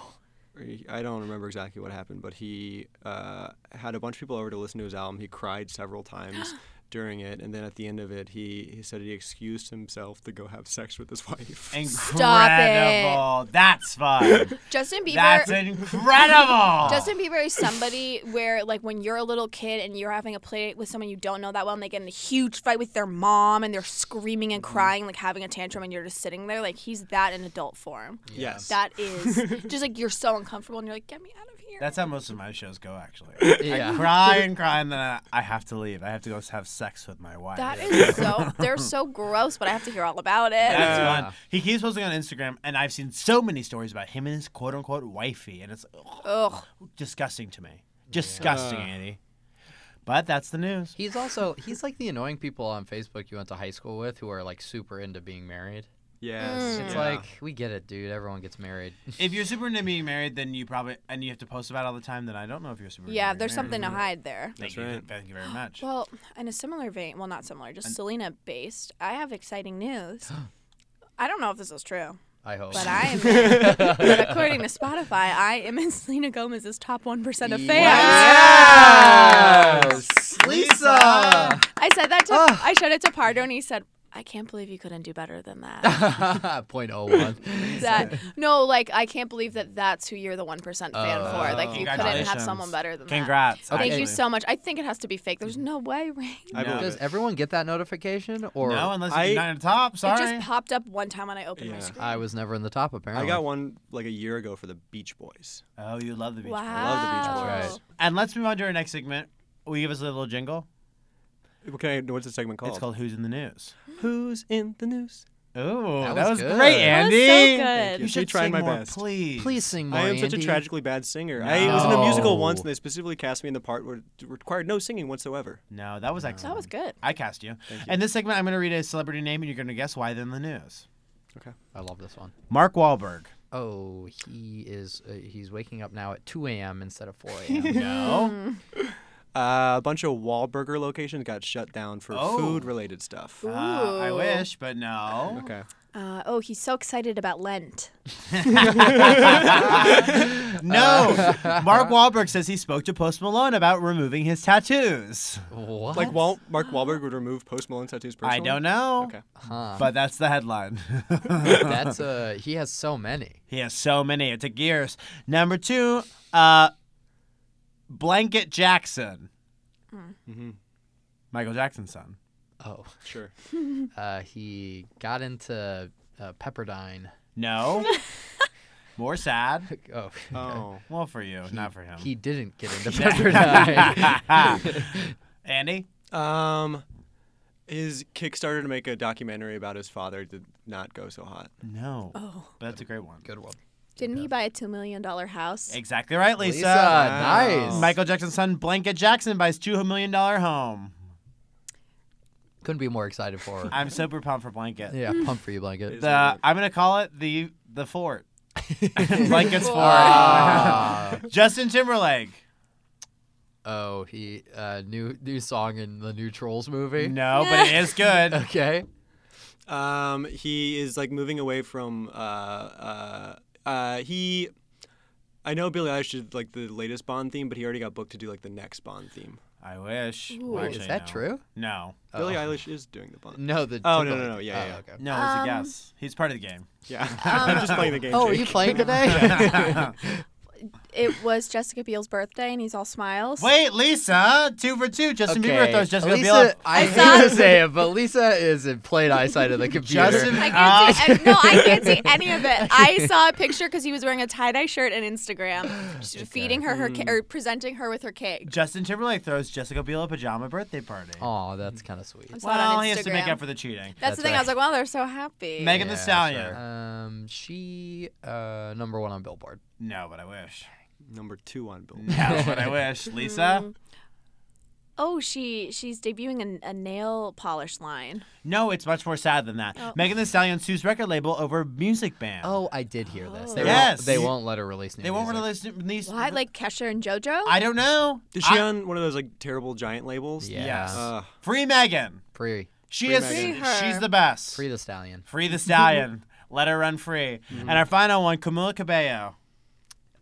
S2: Or he- I don't remember exactly what happened, but he uh, had a bunch of people over to listen to his album. He cried several times during it, and then at the end of it, he, he said he excused himself to go have sex with his wife.
S3: Incredible. That's fun.
S4: Justin Bieber.
S3: That's incredible.
S4: Justin Bieber is somebody where, like, when you're a little kid and you're having a play date with someone you don't know that well, and they get in a huge fight with their mom, and they're screaming and crying, like having a tantrum, and you're just sitting there, like he's that in adult form.
S2: Yes.
S4: That is just like you're so uncomfortable, and you're like, get me out of here.
S3: That's how most of my shows go, actually. I
S1: Yeah.
S3: cry and cry, and then I, I have to leave. I have to go have sex with my wife.
S4: that is so. They're so gross, but I have to hear all about it.
S3: That's
S1: Yeah.
S3: fun. He keeps posting on Instagram, and I've seen so many stories about him and his quote unquote wifey, and it's ugh,
S4: Ugh.
S3: disgusting to me. Disgusting, Andy. But that's the news.
S1: He's also he's like the annoying people on Facebook you went to high school with who are like super into being married.
S2: Yes.
S1: It's
S2: yeah.
S1: like we get it, dude. Everyone gets married.
S3: If you're super into being married, then you probably and you have to post about it all the time. Then I don't know if you're super. into
S4: Yeah,
S3: being
S4: there's
S3: married.
S4: something to hide there.
S3: Thank
S2: That's
S3: you.
S2: right.
S3: Thank you very much.
S4: Well, in a similar vein, well, not similar, just Selena based, I have exciting news. I don't know if this is true,
S1: I hope.
S4: but I am, but according to Spotify, I am in Selena Gomez's top 1% of fans.
S1: Yes, Lisa.
S4: I said that to,
S3: Ah.
S4: I showed it to Pardo and he said, I can't believe you couldn't do better than that.
S1: Point oh one.
S4: that no, like, I can't believe that that's who you're the 1% fan for. Like, you couldn't have
S3: Congratulations.
S4: someone better than
S3: Congrats.
S4: that. Thank
S1: Okay.
S4: you so much. I think it has to be fake. There's no way, Rain.
S2: I
S3: No.
S2: believe
S1: Does
S2: it.
S1: everyone get that notification? Or
S3: No, unless
S2: I-
S3: you're not on top.
S4: It
S3: Sorry.
S4: just popped up one time when I opened my
S2: Yeah.
S4: screen.
S1: I was never in the top apparently.
S2: I got one like a year ago for the Beach Boys.
S3: oh, you love the beach.
S4: wow.
S2: love
S1: the Beach Boys.
S3: And let's move on to our next segment. Will you give us a little jingle?
S2: Okay, what's the segment called?
S3: It's called Who's in the News.
S2: Who's in the News?
S3: Oh,
S1: That
S3: that,
S1: was
S3: was,
S1: good.
S3: great,
S1: That
S4: was
S3: Andy.
S4: so good.
S2: you.
S3: You
S2: Me
S3: should
S2: trying
S3: sing
S2: my
S3: more,
S2: best.
S3: please.
S1: Please sing more.
S2: I am such a
S1: Andy.
S2: tragically bad singer. I was in a musical once,
S1: No.
S2: and they specifically cast me in the part where it required no singing whatsoever.
S3: No, that was excellent.
S4: That was good.
S3: I cast you. And this segment, I'm going to read a celebrity name, and you're going to guess why they're in the news.
S2: Okay.
S1: I love this one.
S3: Mark Wahlberg.
S1: Oh, he is. Uh, he's waking up now at 2 a.m. instead of 4 a.m.
S3: No.
S2: Uh, a bunch of Wahlburger locations got shut down for
S3: Oh.
S2: food-related stuff.
S3: Uh, I
S4: Ooh.
S3: wish, but no.
S2: Okay.
S4: Uh, oh, he's so excited about Lent.
S3: No. Mark Wahlberg says he spoke to Post Malone about removing his tattoos.
S1: what?
S2: Like, Wal- Mark Wahlberg would remove Post Malone's tattoos personally?
S3: I don't know.
S2: Okay.
S1: Huh.
S3: But that's the headline.
S1: That's uh. He has so many.
S3: He has so many. It took years. Number two, uh, Blanket Jackson. Michael Jackson's son.
S1: Oh.
S2: Sure.
S1: Uh, he got into uh, Pepperdine.
S3: No. More sad.
S1: Oh.
S2: Oh.
S3: Well, for you, not for him.
S1: He didn't get into Pepperdine.
S3: Andy?
S2: Um, his Kickstarter to make a documentary about his father did not go so hot.
S3: No. Oh. But that's a great one.
S1: Good one.
S4: Didn't he buy a two million dollar house?
S3: Exactly right, Lisa.
S1: Lisa, nice.
S3: Michael Jackson's son, Blanket Jackson, buys two million dollar home.
S1: Couldn't be more excited for her.
S3: I'm super pumped for Blanket.
S1: yeah, pump for you, blanket.
S3: The I'm gonna call it the the fort. Blanket's fort. Uh,
S1: Ah.
S3: Justin Timberlake.
S1: oh, he uh, new new song in the new Trolls movie.
S3: No, but it is good.
S1: Okay.
S2: Um, he is like moving away from. Uh, uh, uh, he. I know Billy Eilish did like the latest Bond theme, but he already got booked to do like the next Bond theme.
S3: I wish.
S4: Ooh.
S3: Well,
S4: Wait,
S1: is
S3: actually,
S1: that
S3: no.
S1: true?
S3: No.
S2: Billie
S1: Oh.
S2: Eilish is doing the bun.
S1: No, the.
S2: Oh,
S1: two
S2: no, no,
S1: bun-
S2: no, yeah,
S1: oh,
S2: yeah.
S1: okay.
S3: No, it was a
S4: Um,
S3: guess. He's part of the game.
S2: Yeah, I'm just playing the game.
S1: Oh, are
S2: Jake.
S1: you playing today?
S4: It was Jessica Biel's birthday, and he's all smiles.
S3: Wait, Lisa, two for two. Justin Bieber throws Jessica
S1: Lisa,
S3: Biel. up.
S1: I
S4: I
S1: hate to
S4: thought-
S1: say it, but Lisa is in plain eyesight of the computer.
S3: Justin-
S4: I can't see. no, I can't see any of it. I saw a picture because he was wearing a tie dye shirt and Instagram, She's feeding her her ca- or presenting her with her cake.
S3: Justin Timberlake throws Jessica Biel a pajama birthday party.
S1: Aw, that's kind of sweet.
S4: It's not on
S3: well, he has to make
S4: Instagram.
S3: up for the cheating.
S4: That's, the
S1: That's
S4: thing.
S1: right.
S4: I was like, wow, they're so happy.
S3: Megan Thee
S1: Yeah,
S3: Stallion.
S1: sure. Um, she uh number one on Billboard.
S3: No, but I wish.
S2: Number two on Bill.
S3: No, but I wish. Lisa?
S4: oh, she she's debuting a, a nail polish line.
S3: No, it's much more sad than that.
S4: Oh.
S3: Megan Thee Stallion sues record label over music ban.
S1: Oh, I did hear this. They
S3: Yes.
S1: won't, they won't let her release new.
S3: they won't
S1: music.
S3: release. release
S4: Why, like Kesha and JoJo?
S3: I don't know.
S2: Is she
S3: I-
S2: on one of those like terrible giant labels?
S1: Yeah.
S3: Yes.
S2: Uh,
S3: Free Megan.
S1: Free,
S3: She
S2: Free
S3: is.
S2: Megan.
S4: Free her.
S3: She's the best.
S1: free the stallion.
S3: Free the stallion. Let her run free. And our final one, Camila Cabello.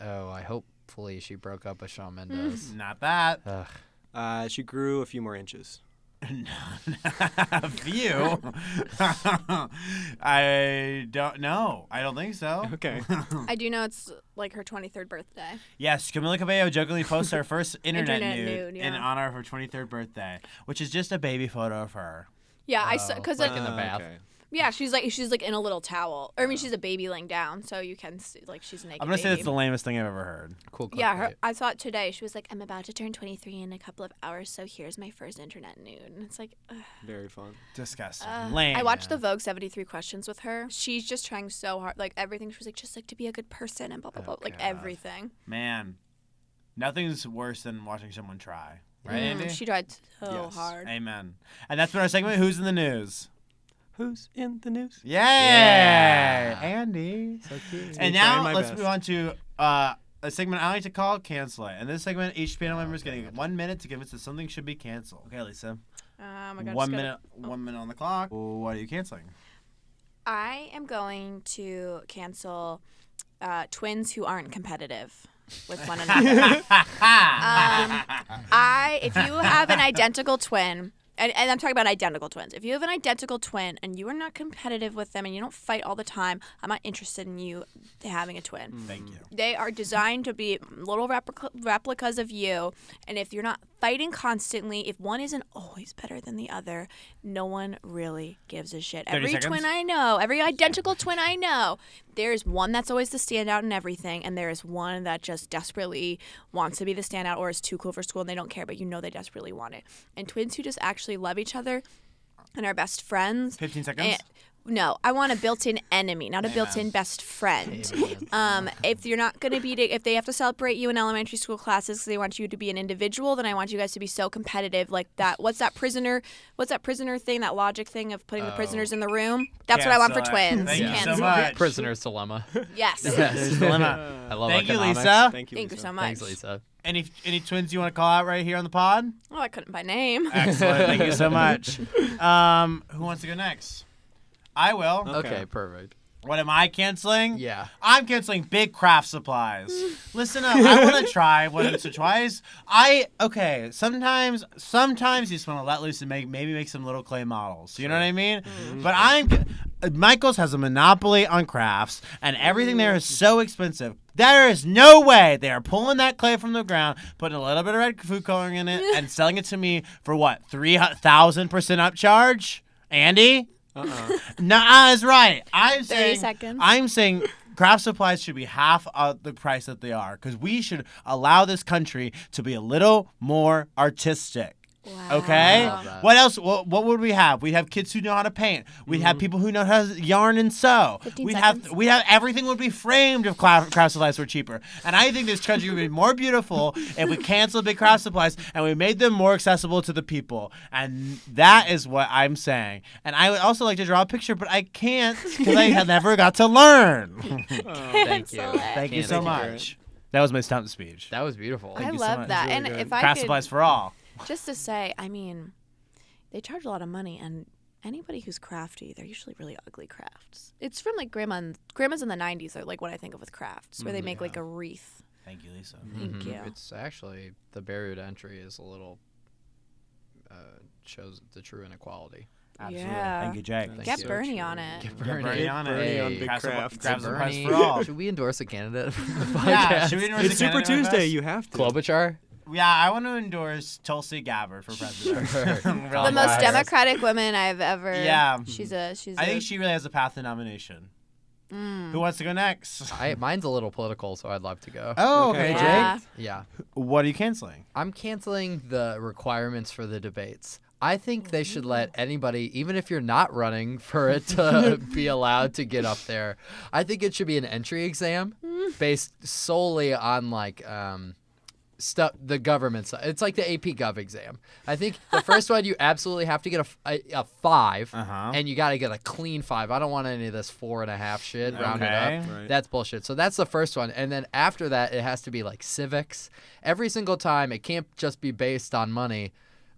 S1: Oh, I hopefully she broke up with Shawn Mendes.
S3: Not that.
S1: Ugh.
S2: uh, she grew a few more inches.
S3: A few. I don't know. I don't think so.
S2: Okay.
S4: I do know it's like her 23rd birthday.
S3: Yes, Camila Cabello jokingly posts her first internet,
S4: Internet
S3: nude,
S4: nude,
S3: in
S4: yeah.
S3: honor of her 23rd birthday, which is just a baby photo of her.
S4: Yeah, I
S1: Oh,
S4: because
S1: like
S4: like,
S1: in the
S2: Uh,
S1: bath.
S2: okay.
S4: yeah, she's like she's like in a little towel. Or I mean, she's a baby laying down, so you can see like she's naked.
S3: I'm gonna say
S4: baby.
S3: that's the lamest thing I've ever heard.
S1: Cool.
S4: Yeah, her,
S1: clickbait.
S4: I saw it today. She was like, "I'm about to turn 23 in a couple of hours, so here's my first internet nude." And it's like, ugh.
S2: Very fun.
S3: Disgusting.
S4: Uh,
S3: Lame.
S4: I watched the Vogue 73 questions with her. She's just trying so hard, like everything. She was like, just like to be a good person and blah blah blah, like
S3: Oh, God.
S4: everything.
S3: Man, nothing's worse than watching someone try. Right,
S4: Mm,
S3: Andy?
S4: she tried so
S2: Yes.
S4: hard.
S3: Amen. And that's been our segment. Who's in the news?
S2: Who's in the news?
S3: Yay! Andy.
S1: So cute.
S3: And
S2: Me trying
S3: now
S2: my
S3: let's
S2: best.
S3: move on to uh, a segment I like to call "Cancel It." And this segment, each panel member is getting one minute to convince us something should be canceled. Okay, Lisa.
S4: Um, I gotta-
S3: one
S4: just gotta-
S3: minute. One minute on the clock. What are you canceling?
S4: I am going to cancel uh, twins who aren't competitive with one another. Um, I, if you have an identical twin, and, and I'm talking about identical twins. If you have an identical twin and you are not competitive with them and you don't fight all the time, I'm not interested in you having a twin.
S3: Thank you.
S4: They are designed to be little replica- replicas of you. And if you're not fighting constantly, if one isn't always better than the other, no one really gives a shit.
S3: 30
S4: Every
S3: seconds.
S4: twin I know, every identical twin I know, there's one that's always the standout in everything. And there is one that just desperately wants to be the standout or is too cool for school and they don't care, but you know they desperately want it. And twins who just actually love each other and are best friends.
S3: Fifteen
S4: Eh,
S3: seconds.
S4: And- no, I want a built-in enemy, not a built-in best friend. Um, if you're not going to be, if they have to celebrate you in elementary school classes because they want you to be an individual, then I want you guys to be so competitive, like that. What's that prisoner? What's that prisoner thing? That logic thing of putting the prisoners in the room. That's what I want for
S3: Cancel it.
S4: twins.
S3: Thank
S1: you so
S4: Cancel.
S3: much.
S1: Prisoner's dilemma.
S4: Yes.
S1: yes.
S3: Dilemma.
S1: I love
S3: Thank you,
S1: economics.
S3: Lisa.
S2: Thank you.
S4: Thank you
S2: Lisa.
S4: so much.
S1: Thanks, Lisa.
S3: Any any twins you want to call out right here on the pod?
S4: Oh, I couldn't by name.
S3: Excellent. Thank you so much. Um, who wants to go next? I will.
S1: Okay,
S2: Okay.
S1: perfect.
S3: What am I canceling?
S1: Yeah.
S3: I'm canceling big craft supplies. Listen up, I want to try once or twice. I okay. Sometimes, sometimes you just want to let loose and make maybe make some little clay models. You know what I mean? But I'm. uh, Michaels has a monopoly on crafts, and everything there is so expensive. There is no way they are pulling that clay from the ground, putting a little bit of red food coloring in it, and selling it to me for what three thousand percent upcharge, Andy?
S2: Uh-uh.
S3: Nah, is right. I'm saying.
S4: seconds.
S3: I'm saying. Craft supplies should be half of the price that they are, because we should allow this country to be a little more artistic.
S4: Wow.
S3: Okay.
S1: Love that.
S3: What else? What, what would we have? We'd have kids who know how to paint. We'd have people who know how to yarn and sew.
S4: 15
S3: We'd have
S4: seconds.
S3: we have everything would be framed if craft, craft supplies were cheaper. And I think this country would be more beautiful if we canceled big craft supplies and we made them more accessible to the people. And that is what I'm saying. And I would also like to draw a picture, but I can't because I had never got to learn.
S1: Thank you.
S4: Cancel it.
S3: Thank you
S1: Can't
S3: so
S1: thank
S2: you, Garrett.
S3: much. that was my stump speech.
S1: That was beautiful.
S4: I
S3: you so
S4: love
S3: much.
S4: that.
S2: Really
S4: and
S2: good.
S4: if I
S3: craft
S4: could,
S3: supplies for all.
S4: just to say, I mean, they charge a lot of money, and anybody who's crafty, they're usually really ugly crafts. It's from like grandma, and, grandmas in the '90s are like what I think of with crafts,
S3: Mm-hmm.
S4: where they make like a wreath.
S1: Mm-hmm.
S3: Thank you, Lisa.
S4: Thank you.
S1: It's actually the barrier to entry is a little uh, shows the true inequality.
S3: Absolutely.
S4: Yeah.
S3: Thank you, Jake.
S1: Thank
S4: Get
S1: you.
S4: Bernie on it.
S1: Get
S3: Bernie,
S1: Bernie.
S3: on it.
S1: Bernie on
S3: Hey.
S1: Big
S3: Grabs a-
S2: Craft.
S3: Grabs a
S1: Get
S3: prize for
S1: Bernie.
S3: all.
S1: Should we endorse a candidate for the podcast?
S3: Yeah, should we endorse
S2: It's
S3: a
S2: Super
S3: candidate on
S2: Tuesday.
S3: this?
S2: You have to.
S1: Klobuchar?
S3: Yeah, I want to endorse Tulsi Gabbard for president. Really
S4: The most
S3: nice.
S4: democratic woman I've ever.
S3: Yeah.
S4: She's a. She's.
S3: I
S4: a- mm.
S3: think she really has a path to nomination. Who wants to go next?
S1: I, mine's a little political, so I'd love to go.
S3: Oh,
S2: okay,
S3: okay,
S2: Jake.
S4: Yeah.
S1: Yeah.
S3: What are you canceling?
S1: I'm canceling the requirements for the debates. I think they should let anybody, even if you're not running, for it to be allowed to get up there. I think it should be an entry exam based solely on like um, stuff the government side. It's like the AP Gov exam. I think the first one you absolutely have to get a, f- a- a 5
S3: Uh-huh.
S1: and you got to get a clean five. I don't want any of this four and a half shit rounded
S3: Okay.
S1: up.
S2: Right.
S1: That's bullshit. So that's the first one. And then after that, it has to be like civics. Every single time, it can't just be based on money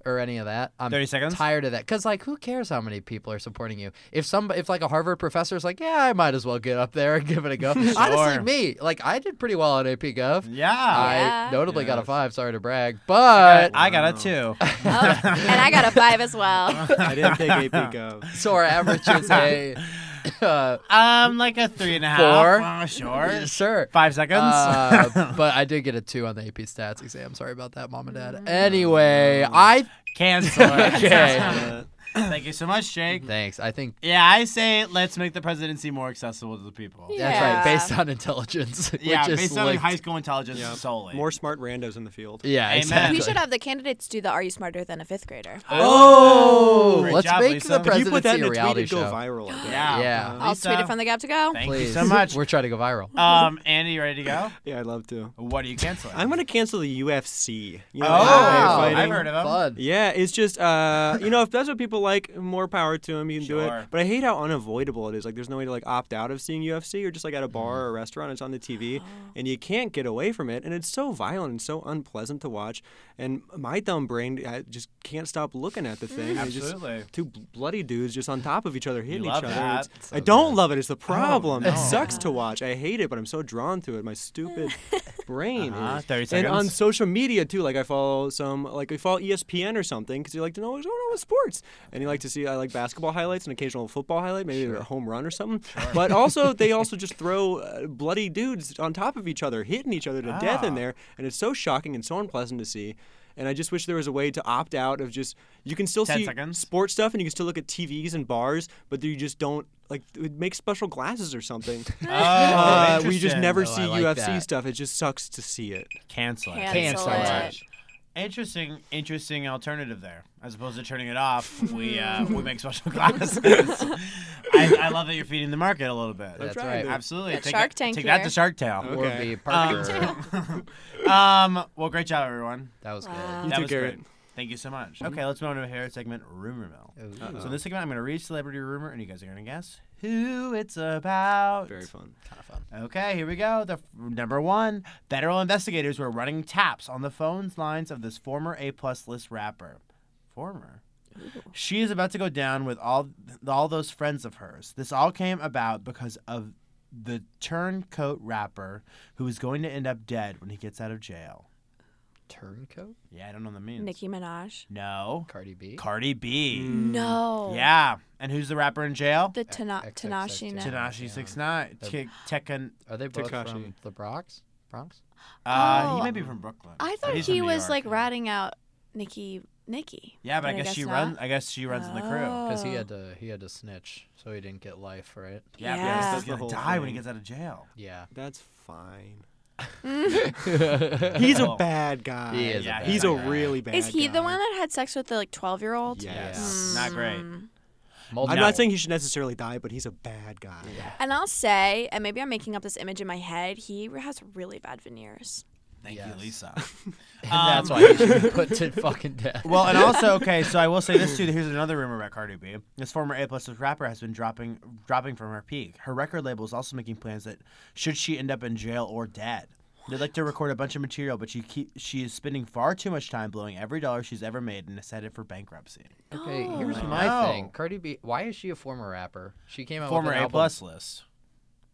S1: or any of that. I'm
S3: 30 seconds?
S1: tired of that. Because, like, who cares how many people are supporting you? If some, if like a Harvard professor is like, yeah, I might as well get up there and give it a go. Honestly,
S3: Sure.
S1: me, like, I did pretty well on AP Gov.
S3: Yeah.
S1: I
S4: Yeah.
S1: notably got a
S2: Yes.
S1: five, sorry to brag, but
S3: I got it too.
S4: Oh, and I got a five as well.
S2: I didn't take AP Gov.
S1: so our average is a uh,
S3: um, like a three and a half.
S1: Four.
S3: Uh, sure.
S1: sure.
S3: Five seconds.
S1: Uh, but I did get a two on the AP Stats exam. Sorry about that, mom and dad. Anyway, I
S3: Cancel. it.
S1: Okay.
S2: Uh,
S3: Thank you so much, Jake.
S1: thanks. I think
S3: Yeah, I say let's make the presidency more accessible to the people.
S4: Yeah.
S1: that's right. Based on intelligence, which
S3: Yeah,
S1: is
S3: based on
S1: linked-
S3: high school intelligence
S2: Yeah.
S3: solely.
S2: more smart randos in the field.
S1: Yeah,
S3: Amen.
S1: exactly.
S4: We should have the candidates do the "Are you smarter than a fifth grader?"
S1: Oh,
S3: Great
S1: let's
S3: job,
S1: make
S3: Lisa.
S1: the
S3: If
S2: If you put
S1: presidency
S2: that in
S1: a
S2: a tweet,
S1: reality
S2: it'd
S1: show.
S2: go viral. I think.
S3: Yeah.
S1: Yeah.
S4: I'll
S3: Lisa,
S4: tweet it from the Gap to Go.
S3: Thank you
S1: Please.
S3: so much.
S1: We're trying to go viral.
S3: Um, Andy, you ready to go?
S2: Yeah, I'd love to.
S3: What are you canceling?
S2: I'm gonna cancel the UFC. You know,
S3: Oh,
S2: MMA
S3: I've
S2: fighting.
S3: heard of 'em.
S1: Fun.
S2: Yeah, it's just uh, you know, if that's what people like, more power to him. You can do
S3: Sure.
S2: it. But I hate how unavoidable it is. Like, there's no way to like opt out of seeing UFC. You're just like at a bar or a restaurant. It's on the TV, and you can't get away from it. And it's so violent and so unpleasant to watch. And my dumb brain I just can't stop looking at the thing. and it's just
S3: Absolutely.
S2: Two bloody dudes just on top of each other hitting
S3: love
S2: each other.
S3: that.
S2: It's-
S1: So
S2: I don't
S1: bad.
S2: love it. It's
S3: Oh,
S2: the problem.
S3: no.
S2: It sucks to watch. I hate it, but I'm so drawn to it. My stupid brain
S3: Uh-huh,
S2: is.
S3: 30
S2: And on
S3: seconds.
S2: social media too. Like I follow some, like I follow E ESPN or something because you like to know what's going on with sports, and you like to see I like basketball highlights, an occasional football highlight, maybe a home run or something. But also they also just throw uh, bloody dudes on top of each other, hitting each other to death in
S3: Ah.
S2: there, and it's so shocking and so unpleasant to see. And I just wish there was a way to opt out of just you can still
S3: 10
S2: see
S3: seconds.
S2: sports stuff and you can still look at TVs and bars, but you just don't like make special glasses or something.
S3: Oh,
S2: uh, we just
S3: interesting.
S2: never
S1: Oh, I
S2: see
S1: like
S2: UFC
S1: that.
S2: stuff. It just sucks to see it.
S3: cancel it.
S4: Cancel
S1: Cancel
S4: it.
S3: Interesting, interesting alternative there. As opposed to turning it off, we uh, we make special glasses. I, I love that you're feeding the market a little bit.
S1: That's
S2: trying
S1: right.
S2: to.
S3: Absolutely.
S4: Got
S3: Take,
S4: Shark
S3: that,
S4: Tank
S3: take that
S4: here.
S3: to Shark Tale.
S2: Okay.
S1: Or be
S3: Um,
S1: Parker.
S3: um, well, great job, everyone.
S1: that was
S4: Wow.
S1: good.
S2: You
S3: that
S2: too,
S3: was
S2: Garrett.
S3: great. Thank you so much. Okay, let's move on to a hair segment, rumor mill.
S1: Ooh.
S3: So in this segment, I'm going to read celebrity rumor, and you guys are going to guess who it's about.
S2: Very fun.
S3: Okay, here we go. The f- number one: federal investigators were running taps on the phones lines of this former A-plus list rapper. Former. She is about to go down with all all those friends of hers. This all came about because of the turncoat rapper who is going to end up dead when he gets out of jail.
S1: Turncoat?
S3: Yeah, I don't know what that means.
S4: Nicki Minaj.
S3: No.
S1: Cardi B?
S3: Cardi B.
S4: No.
S3: Mm. Yeah. And who's the rapper in jail?
S4: The Tana-
S1: X- X- X-
S4: Tanashi.
S1: X-
S4: Na-
S3: Tanashi Six Nine. Te- Tekken.
S1: Are they both
S2: Tekashi.
S1: from the Bronx? Bronx?
S3: Uh,
S4: Oh.
S3: He may be from Brooklyn.
S4: I
S3: but
S4: thought
S3: he's from
S4: he
S3: New
S4: was
S3: York.
S4: like ratting out Nicki. Nicki.
S3: Yeah, but I, guess, she
S4: not.
S3: runs. I guess she runs in the crew.
S1: Because he
S4: Oh.
S1: had to he had to snitch, so he didn't get life, right?
S3: Yeah,
S4: Yeah.
S3: but
S4: That's
S3: he's
S2: the
S3: gonna
S2: whole
S3: die when he
S2: thing.
S3: gets out of jail.
S1: Yeah.
S2: That's fine.
S1: He's
S2: He's a
S3: Oh.
S2: bad guy.
S1: He is a
S3: Yeah,
S1: bad
S2: He's a
S1: guy.
S2: really bad.
S4: Is he
S2: guy.
S4: the one that had sex with the like twelve year old?
S2: Yes.
S4: Mm.
S3: Not great.
S2: I'm
S3: Mm.
S1: Multiple.
S2: not saying he should necessarily die, but he's a bad guy.
S4: And I'll say, and maybe I'm making up this image in my head, he has really bad veneers.
S3: Thank
S1: Yes.
S3: you, Lisa.
S1: And that's
S3: um,
S1: why he should be put to fucking death.
S3: well, and also, okay, so I will say this too. Here's another rumor about Cardi B. This former A plus rapper has been dropping dropping from her peak. Her record label is also making plans that should she end up in jail or dead. They'd like to record a bunch of material, but she keep, she is spending far too much time blowing every dollar she's ever made and is headed for bankruptcy.
S1: Okay,
S4: No.
S1: here's
S3: No.
S1: my thing. Cardi B, why is she a former rapper? She came out Oh,
S3: former
S1: with an
S3: A
S1: album.
S3: plus list,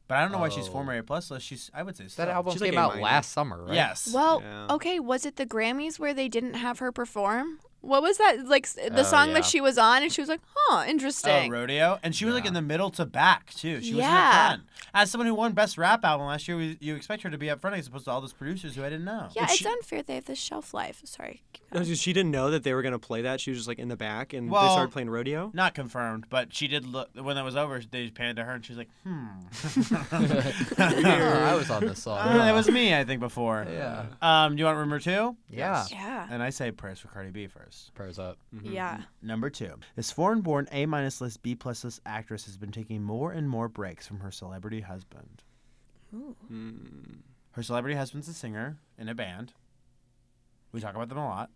S3: but I don't know why she's
S1: Oh.
S3: former A plus list. She's I would say
S1: That
S3: still.
S1: album
S2: She's like
S1: came
S2: A
S1: out
S2: minor.
S1: last summer, right?
S3: Yes.
S4: Well,
S2: Yeah.
S4: okay, was it the Grammys where they didn't have her perform? What was that? Like s- the
S1: Oh,
S4: song
S1: yeah.
S4: that she was on, and she was like, "Huh,
S3: Oh,
S4: interesting."
S3: rodeo, and she was like
S1: Yeah.
S3: in the middle to back too. She was
S4: Yeah.
S3: in the front. As someone who won best rap album last year, we- you expect her to be up front as opposed to all those producers who I didn't know.
S4: yeah,
S2: And
S4: it's
S2: she-
S4: unfair. They have this shelf life. Sorry.
S2: No, dude, she didn't know that they were gonna play that. She was just like in the back, and
S3: Well-
S2: they started playing rodeo.
S3: Not confirmed, but she did look when that was over. They panned to her, and she was like, "Hmm."
S1: Oh, I was on this song.
S3: Uh, it was me, I think, before.
S1: Yeah.
S3: Um, do you want rumor two?
S1: Yeah.
S4: Yeah.
S3: And I say prayers for Cardi B first.
S1: Prayers up.
S4: Yeah.
S3: Number two, this foreign-born A minus list B plus list actress has been taking more and more breaks from her celebrity husband.
S2: Mm.
S3: Her celebrity husband's a singer in a band. We talk about them a lot.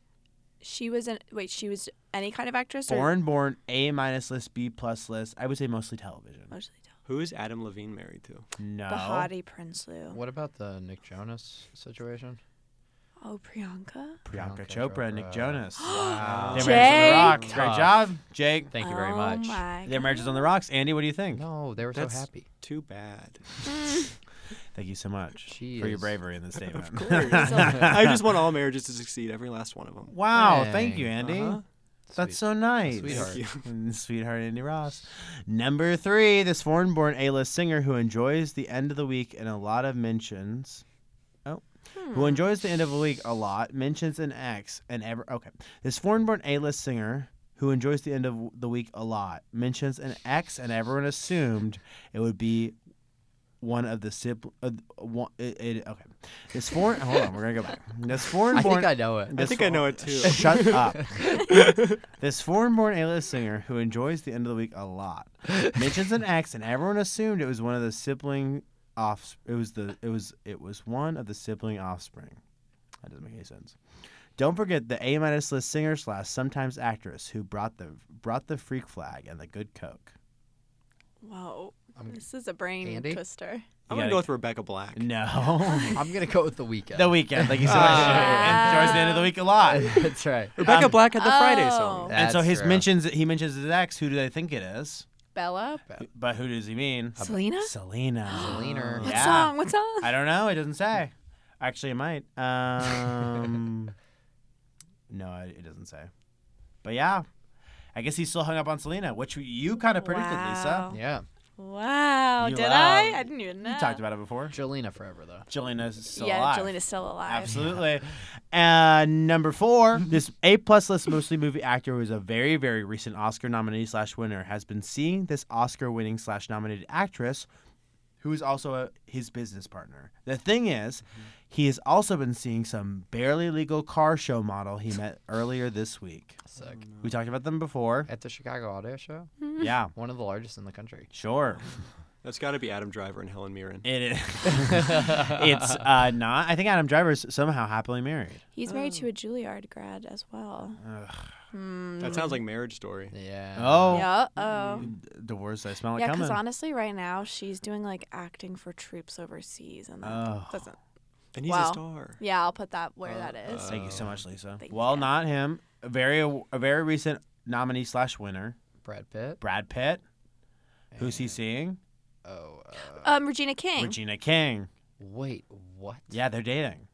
S4: She was an wait. She was any kind of actress. Or,
S3: Foreign-born A minus list B plus list. I would say mostly television.
S4: mostly tell-
S2: Who is Adam Levine married to?
S3: No.
S4: the hottie Prince Lou.
S1: What about the Nick Jonas situation?
S4: Oh, Priyanka.
S3: Priyanka
S1: Priyanka
S3: Chopra,
S1: Chopra.
S3: Nick Jonas.
S1: Wow.
S3: Their
S4: Jake.
S3: marriage is on the rocks. Great
S1: Tough.
S3: job, Jake.
S1: Thank you very
S4: Oh
S1: much.
S4: my
S3: Their marriage is on the rocks. Andy, what do you think?
S1: No, they were
S2: That's
S1: so happy.
S2: too bad.
S3: Thank you so much
S1: She
S3: for your
S1: is-
S3: bravery in this statement.
S2: I just want all marriages to succeed, every last one of them.
S3: wow,
S1: Dang.
S3: thank you, Andy.
S2: Uh-huh.
S3: That's
S1: Sweet.
S3: so nice.
S1: Sweetheart.
S3: Mm, Sweetheart Andy Ross. Number three, this foreign born A list singer who enjoys the end of the week and a lot of mentions. Oh.
S1: Hmm.
S3: Who enjoys the end of the week a lot, mentions an ex, and ever. Okay. This foreign born A list singer who enjoys the end of the week a lot, mentions an ex, and everyone assumed it would be one of the sib. Uh, one, it, it, okay. This foreign. hold on, we're going to go back. This foreign
S1: I
S3: born.
S1: think I know it.
S2: I think I know it too.
S3: Shut up. this foreign born A list singer who enjoys the end of the week a lot mentions an ex, and everyone assumed it was one of the sibling off. It was the it was it was one of the sibling offspring. That doesn't make any sense. Don't forget the A minus list singer slash sometimes actress who brought the brought the freak flag and the good coke.
S4: Whoa. this is a brain
S1: Andy?
S4: twister.
S2: I'm
S3: You
S2: gonna
S3: gotta-
S2: go with Rebecca Black.
S3: No,
S1: I'm gonna go with the weekend.
S3: the weekend. Like you said,
S4: Ah.
S3: enjoys the end of the week a lot.
S1: That's right.
S2: Rebecca
S3: Um,
S2: Black had the Friday
S4: Oh.
S2: song.
S3: and so
S1: That's
S3: his
S1: true.
S3: mentions he mentions his ex. Who do they think it is?
S4: Bella.
S3: But who does he mean?
S4: Selena.
S3: Selena.
S1: Selena.
S4: What
S3: Yeah.
S4: song? What song?
S3: I don't know. It doesn't say. Actually, it might. Um, no, it it doesn't say. But yeah, I guess he's still hung up on Selena, which you kind of predicted,
S4: Wow.
S3: Lisa.
S1: Yeah,
S4: Wow.
S3: You
S4: did
S3: allowed-
S4: I? I didn't even know.
S3: You talked about it before.
S1: Jelena forever though.
S3: Jelena's still
S4: yeah,
S3: alive.
S4: Jelena's still alive.
S3: Absolutely. Uh, number four, this A plus list mostly movie actor who is a very, very recent Oscar nominee slash winner has been seeing this Oscar winning slash nominated actress who is also a, his business partner. The thing is,
S4: Mm-hmm.
S3: he has also been seeing some barely legal car show model he met earlier this week.
S1: Sick.
S4: Mm.
S3: We talked about them before.
S1: At the Chicago Auto Show,
S3: Yeah,
S1: one of the largest in the country.
S3: sure.
S2: That's got to be Adam Driver and Helen Mirren.
S3: It is. it's uh, not. I think Adam Driver is somehow happily married.
S4: He's married to a Juilliard grad as well. Hmm.
S2: That sounds like Marriage Story.
S1: Yeah.
S3: Oh,
S4: Yeah. Oh.
S3: the worst I smell it
S4: Yeah,
S3: coming.
S4: because honestly, right now she's doing like acting for troops overseas, and that
S3: Oh.
S4: doesn't.
S2: And he's
S4: Wow.
S2: a star.
S4: Yeah, I'll put that where that is.
S3: Thank you so much, Lisa.
S4: Thank
S3: Um, Well,
S4: you.
S3: not him. A very a very recent nominee slash winner,
S1: Brad Pitt.
S3: Brad Pitt. Who's he seeing?
S1: Oh. Uh,
S4: um, Regina King.
S3: Regina King.
S1: wait. What?
S3: Yeah, they're dating.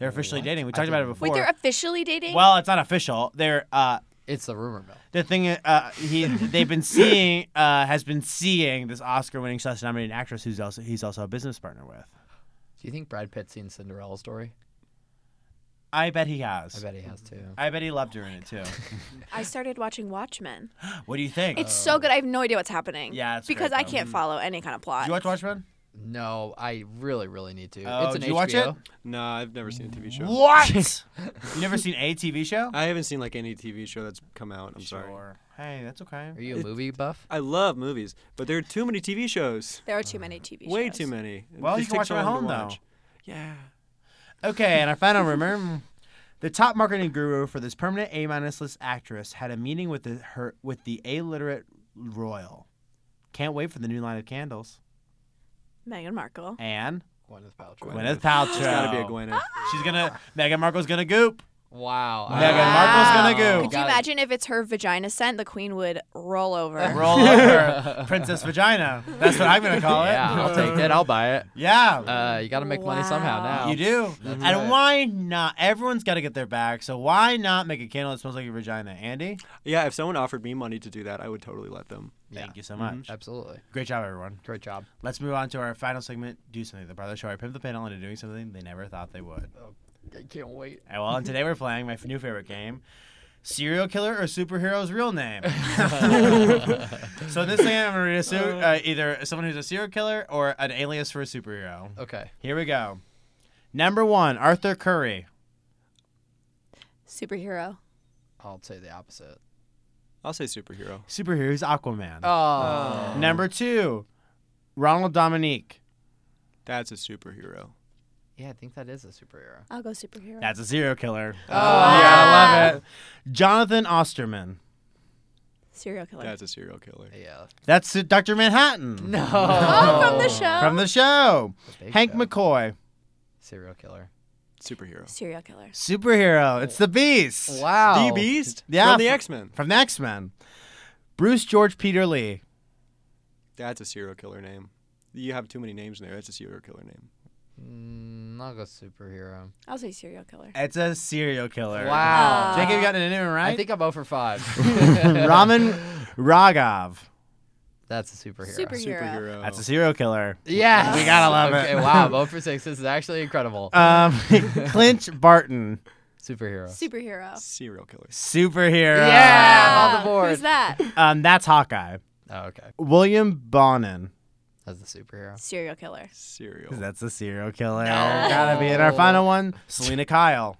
S3: They're officially
S1: What?
S3: dating.
S1: I
S3: We talked about it
S1: didn't-
S3: before.
S4: Wait, they're officially dating.
S3: well, it's not official. They're uh
S1: It's the rumor mill.
S3: the thing uh he they've been seeing uh has been seeing this Oscar winning slash nominated actress who's also he's also a business partner with.
S1: Do you think Brad Pitt's seen Cinderella story?
S3: I bet he has.
S1: I bet he has too.
S3: I bet he loved her in it too.
S4: I started watching Watchmen.
S3: what do you think?
S4: It's so good. I have no idea what's happening.
S3: Yeah, it's
S4: because
S3: great,
S4: I
S3: though.
S4: can't follow any kind of plot.
S3: Did you watch Watchmen?
S1: No, I really, really need to.
S3: Oh,
S1: it's an
S3: did
S1: HBO.
S3: you watch it?
S2: Nah, I've never seen a TV show.
S3: What? you never seen a TV show?
S2: I haven't seen like any TV show that's come out. I'm sorry.
S3: Sure. Hey, that's okay.
S1: Are you a movie buff?
S2: I love movies, but there are too many TV shows.
S4: There are too many TV shows.
S2: Way too many. It
S3: Well, you
S2: just
S3: can watch
S2: takes so
S3: them at
S2: long to
S3: home,
S2: watch. Yeah.
S3: Okay, and our final rumor. mm, The top marketing guru for this permanent A minus list actress had a meeting with the her with the illiterate royal. Can't wait for the new line of candles.
S4: Meghan Markle.
S3: And
S1: Gwyneth Paltrow.
S3: Gwyneth Paltrow. Ah.
S2: It's got to be a Gwyneth.
S3: She's gonna Meghan Markle's gonna goop.
S1: Wow.
S3: Meghan Markle's gonna go.
S4: Could you
S1: Got it.
S4: imagine if it's her vagina scent? The queen would roll over.
S3: Roll over Princess Vagina. That's what I'm gonna call it.
S1: Yeah, I'll take that. I'll buy it.
S3: Yeah.
S1: Uh, you got to make money somehow
S4: Wow.
S1: now.
S3: you do.
S1: That's
S3: and
S1: right.
S3: why not? Everyone's got to get their back, so why not make a candle that smells like your vagina, Andy?
S2: Yeah, if someone offered me money to do that, I would totally let them.
S3: Thank you so much.
S1: Absolutely.
S3: Great job, everyone.
S1: Great job.
S3: Let's move on to our final segment. Do something. The brother show. I pimp the panel into doing something they never thought they would.
S1: I can't wait.
S3: And well, and today we're playing my f- new favorite game. Serial killer or superhero's real name. so in this thing, I'm gonna read a su- uh, either someone who's a serial killer or an alias for a superhero.
S1: Okay.
S3: Here we go. Number one, Arthur Curry.
S4: Superhero.
S1: I'll say the opposite.
S2: I'll say superhero.
S3: Superhero's Aquaman.
S1: Oh.
S3: Number two, Ronald Dominique.
S2: That's a superhero.
S1: Yeah, I think that is a superhero.
S4: I'll go superhero.
S3: That's a serial killer.
S1: Oh.
S3: I love it. Jonathan Osterman.
S4: Serial killer.
S2: That's a serial killer.
S1: Yeah.
S3: That's uh, Dr. Manhattan.
S1: No.
S4: oh, from the show.
S3: From the show.
S1: The big
S3: Hank
S1: show.
S3: McCoy.
S1: Serial killer.
S2: Superhero.
S4: Serial killer.
S3: Superhero. It's the Beast.
S1: Wow.
S2: The Beast?
S3: Yeah,
S2: From the
S3: fr-
S2: X Men.
S3: From the X Men. Bruce George Peter Lee.
S2: That's a serial killer name. You have too many names in there. That's a serial killer name.
S1: Mm, I'll go superhero.
S4: I'll say serial killer.
S3: It's a serial killer.
S1: Wow.
S3: Jacob, you got an in right?
S1: I think I'm 0 for 5.
S3: Raman Raghav.
S1: That's a superhero.
S4: Superhero.
S2: Superhero.
S1: Oh.
S3: That's a serial killer.
S1: Yes.
S3: We gotta love it.
S1: Okay, wow. 0 for 6. This is actually incredible.
S3: Um, Clint Barton.
S1: superhero.
S4: Superhero.
S2: serial killer.
S3: Superhero.
S1: Yeah. I'm on the
S4: Who's
S1: board.
S4: that?
S3: Um, that's Hawkeye.
S1: Oh, okay.
S3: William Bonin.
S1: That's the superhero.
S4: serial killer.
S2: Serial.
S3: That's a serial killer.
S1: No.
S3: Gotta be. And our final one, Selena Kyle.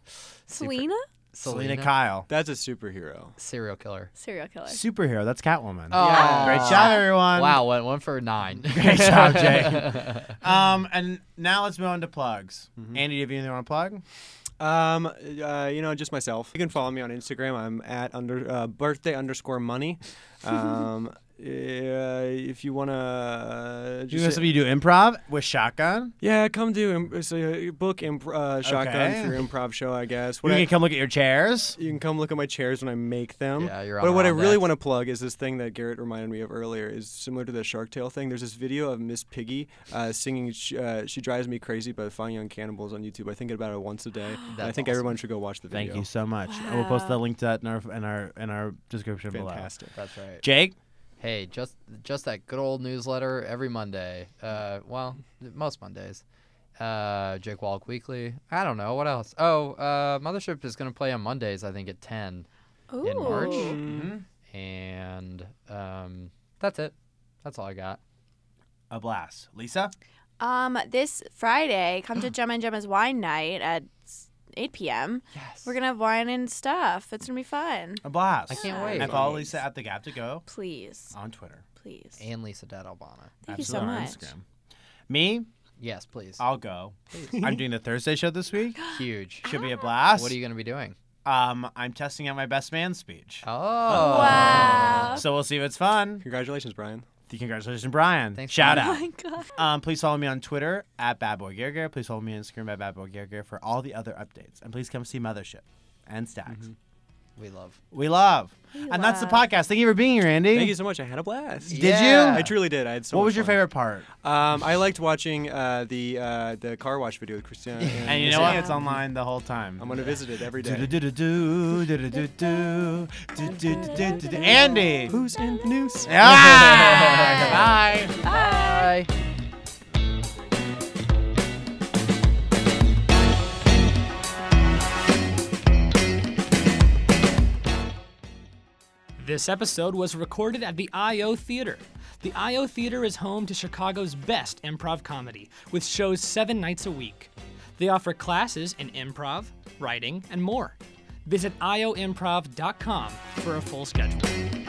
S4: Selena?
S3: Selena Kyle.
S2: That's a superhero.
S1: Serial killer.
S4: Serial killer.
S3: Superhero. That's Catwoman.
S1: Oh.
S3: Great job, everyone.
S1: Wow, went one for nine.
S3: Great job, Jay. Um, and now let's move on to plugs. Andy, do you have anything you want to plug?
S2: Um, uh, you know, just myself. You can follow me on Instagram. I'm at under uh, birthday underscore money. Um, uh, if you wanna, uh,
S3: You know,
S2: just,
S3: some of you do improv with shotgun.
S2: yeah, come do imp- it's a book imp- uh, shotgun
S3: Okay.
S2: for your improv show, I guess.
S3: We
S2: What I-
S3: can come look at your chairs.
S2: you can come look at my chairs when I make them.
S1: Yeah, you're
S2: But
S1: on
S2: what I
S1: Ron
S2: really
S1: Dex.
S2: want to plug is this thing that Garrett reminded me of earlier. Is similar to the Shark Tale thing. There's this video of Miss Piggy uh, singing "She- uh, "She Drives Me Crazy" by the Fine Young Cannibals on YouTube. I think about it once a day. and I
S1: That's
S2: think
S1: awesome.
S2: everyone should go watch the video.
S3: Thank you so much. I will post the link to that in our in our in our description below.
S2: Fantastic.
S1: That's right.
S3: Jake,
S1: Hey, just just that good old newsletter every Monday. Uh, well, most Mondays. Uh, Jake Walk Weekly. I don't know what else. Oh, uh, Mothership is gonna play on Mondays. I think at ten
S4: Ooh.
S1: in March,
S3: Mm-hmm.
S1: and um, that's it. That's all I got.
S3: a blast. Lisa,
S4: Um, this Friday, come to Gemma and Gemma's wine night at 8 p.m.
S1: Yes.
S4: We're gonna have wine and stuff. It's gonna be fun.
S3: a blast.
S1: I can't wait.
S3: And follow Lisa at the Gap to Go
S4: Please,
S3: on Twitter.
S4: please.
S1: and Lisa Dad Albana.
S4: Thank you so
S3: Absolutely,
S4: much.
S3: On Instagram. Me,
S1: Yes, please.
S3: I'll go. I'm doing the Thursday show this week.
S1: Huge.
S3: Should be a blast.
S1: What are you gonna be doing?
S3: Um, I'm testing out my best man speech.
S1: Oh.
S4: Wow.
S3: So we'll see if it's fun.
S2: Congratulations, Brian.
S3: Congratulations, Brian.
S1: Thanks,
S3: Shout
S1: Brian.
S3: out.
S4: Oh my god.
S3: Um, please follow me on Twitter at Bad Boy Gear Gear. Please follow me on Instagram at Bad Boy Gear Gear for all the other updates. And please come see Mothership and Stacks.
S1: We love.
S3: We love. and that's the
S4: love.
S3: podcast. Thank you for being here, Andy.
S2: Thank you so much. I had a blast.
S3: Did
S1: Yeah.
S3: you?
S2: I truly did. I had so
S3: what
S2: much
S3: was your
S2: fun.
S3: favorite part?
S2: Um, I liked watching uh, the uh, the car wash video with Christian.
S3: And you know what? It's online the whole time.
S2: I'm gonna visit it every day.
S3: Do-do-do-do-do, do-do-do-do, do-do-do-do-do. Andy.
S2: Who's in the news?
S3: Ah! Bye.
S1: Bye.
S6: This episode was recorded at the IO Theater. The IO Theater is home to Chicago's best improv comedy, with shows seven nights a week. They offer classes in improv, writing, and more. Visit ioimprov.com for a full schedule.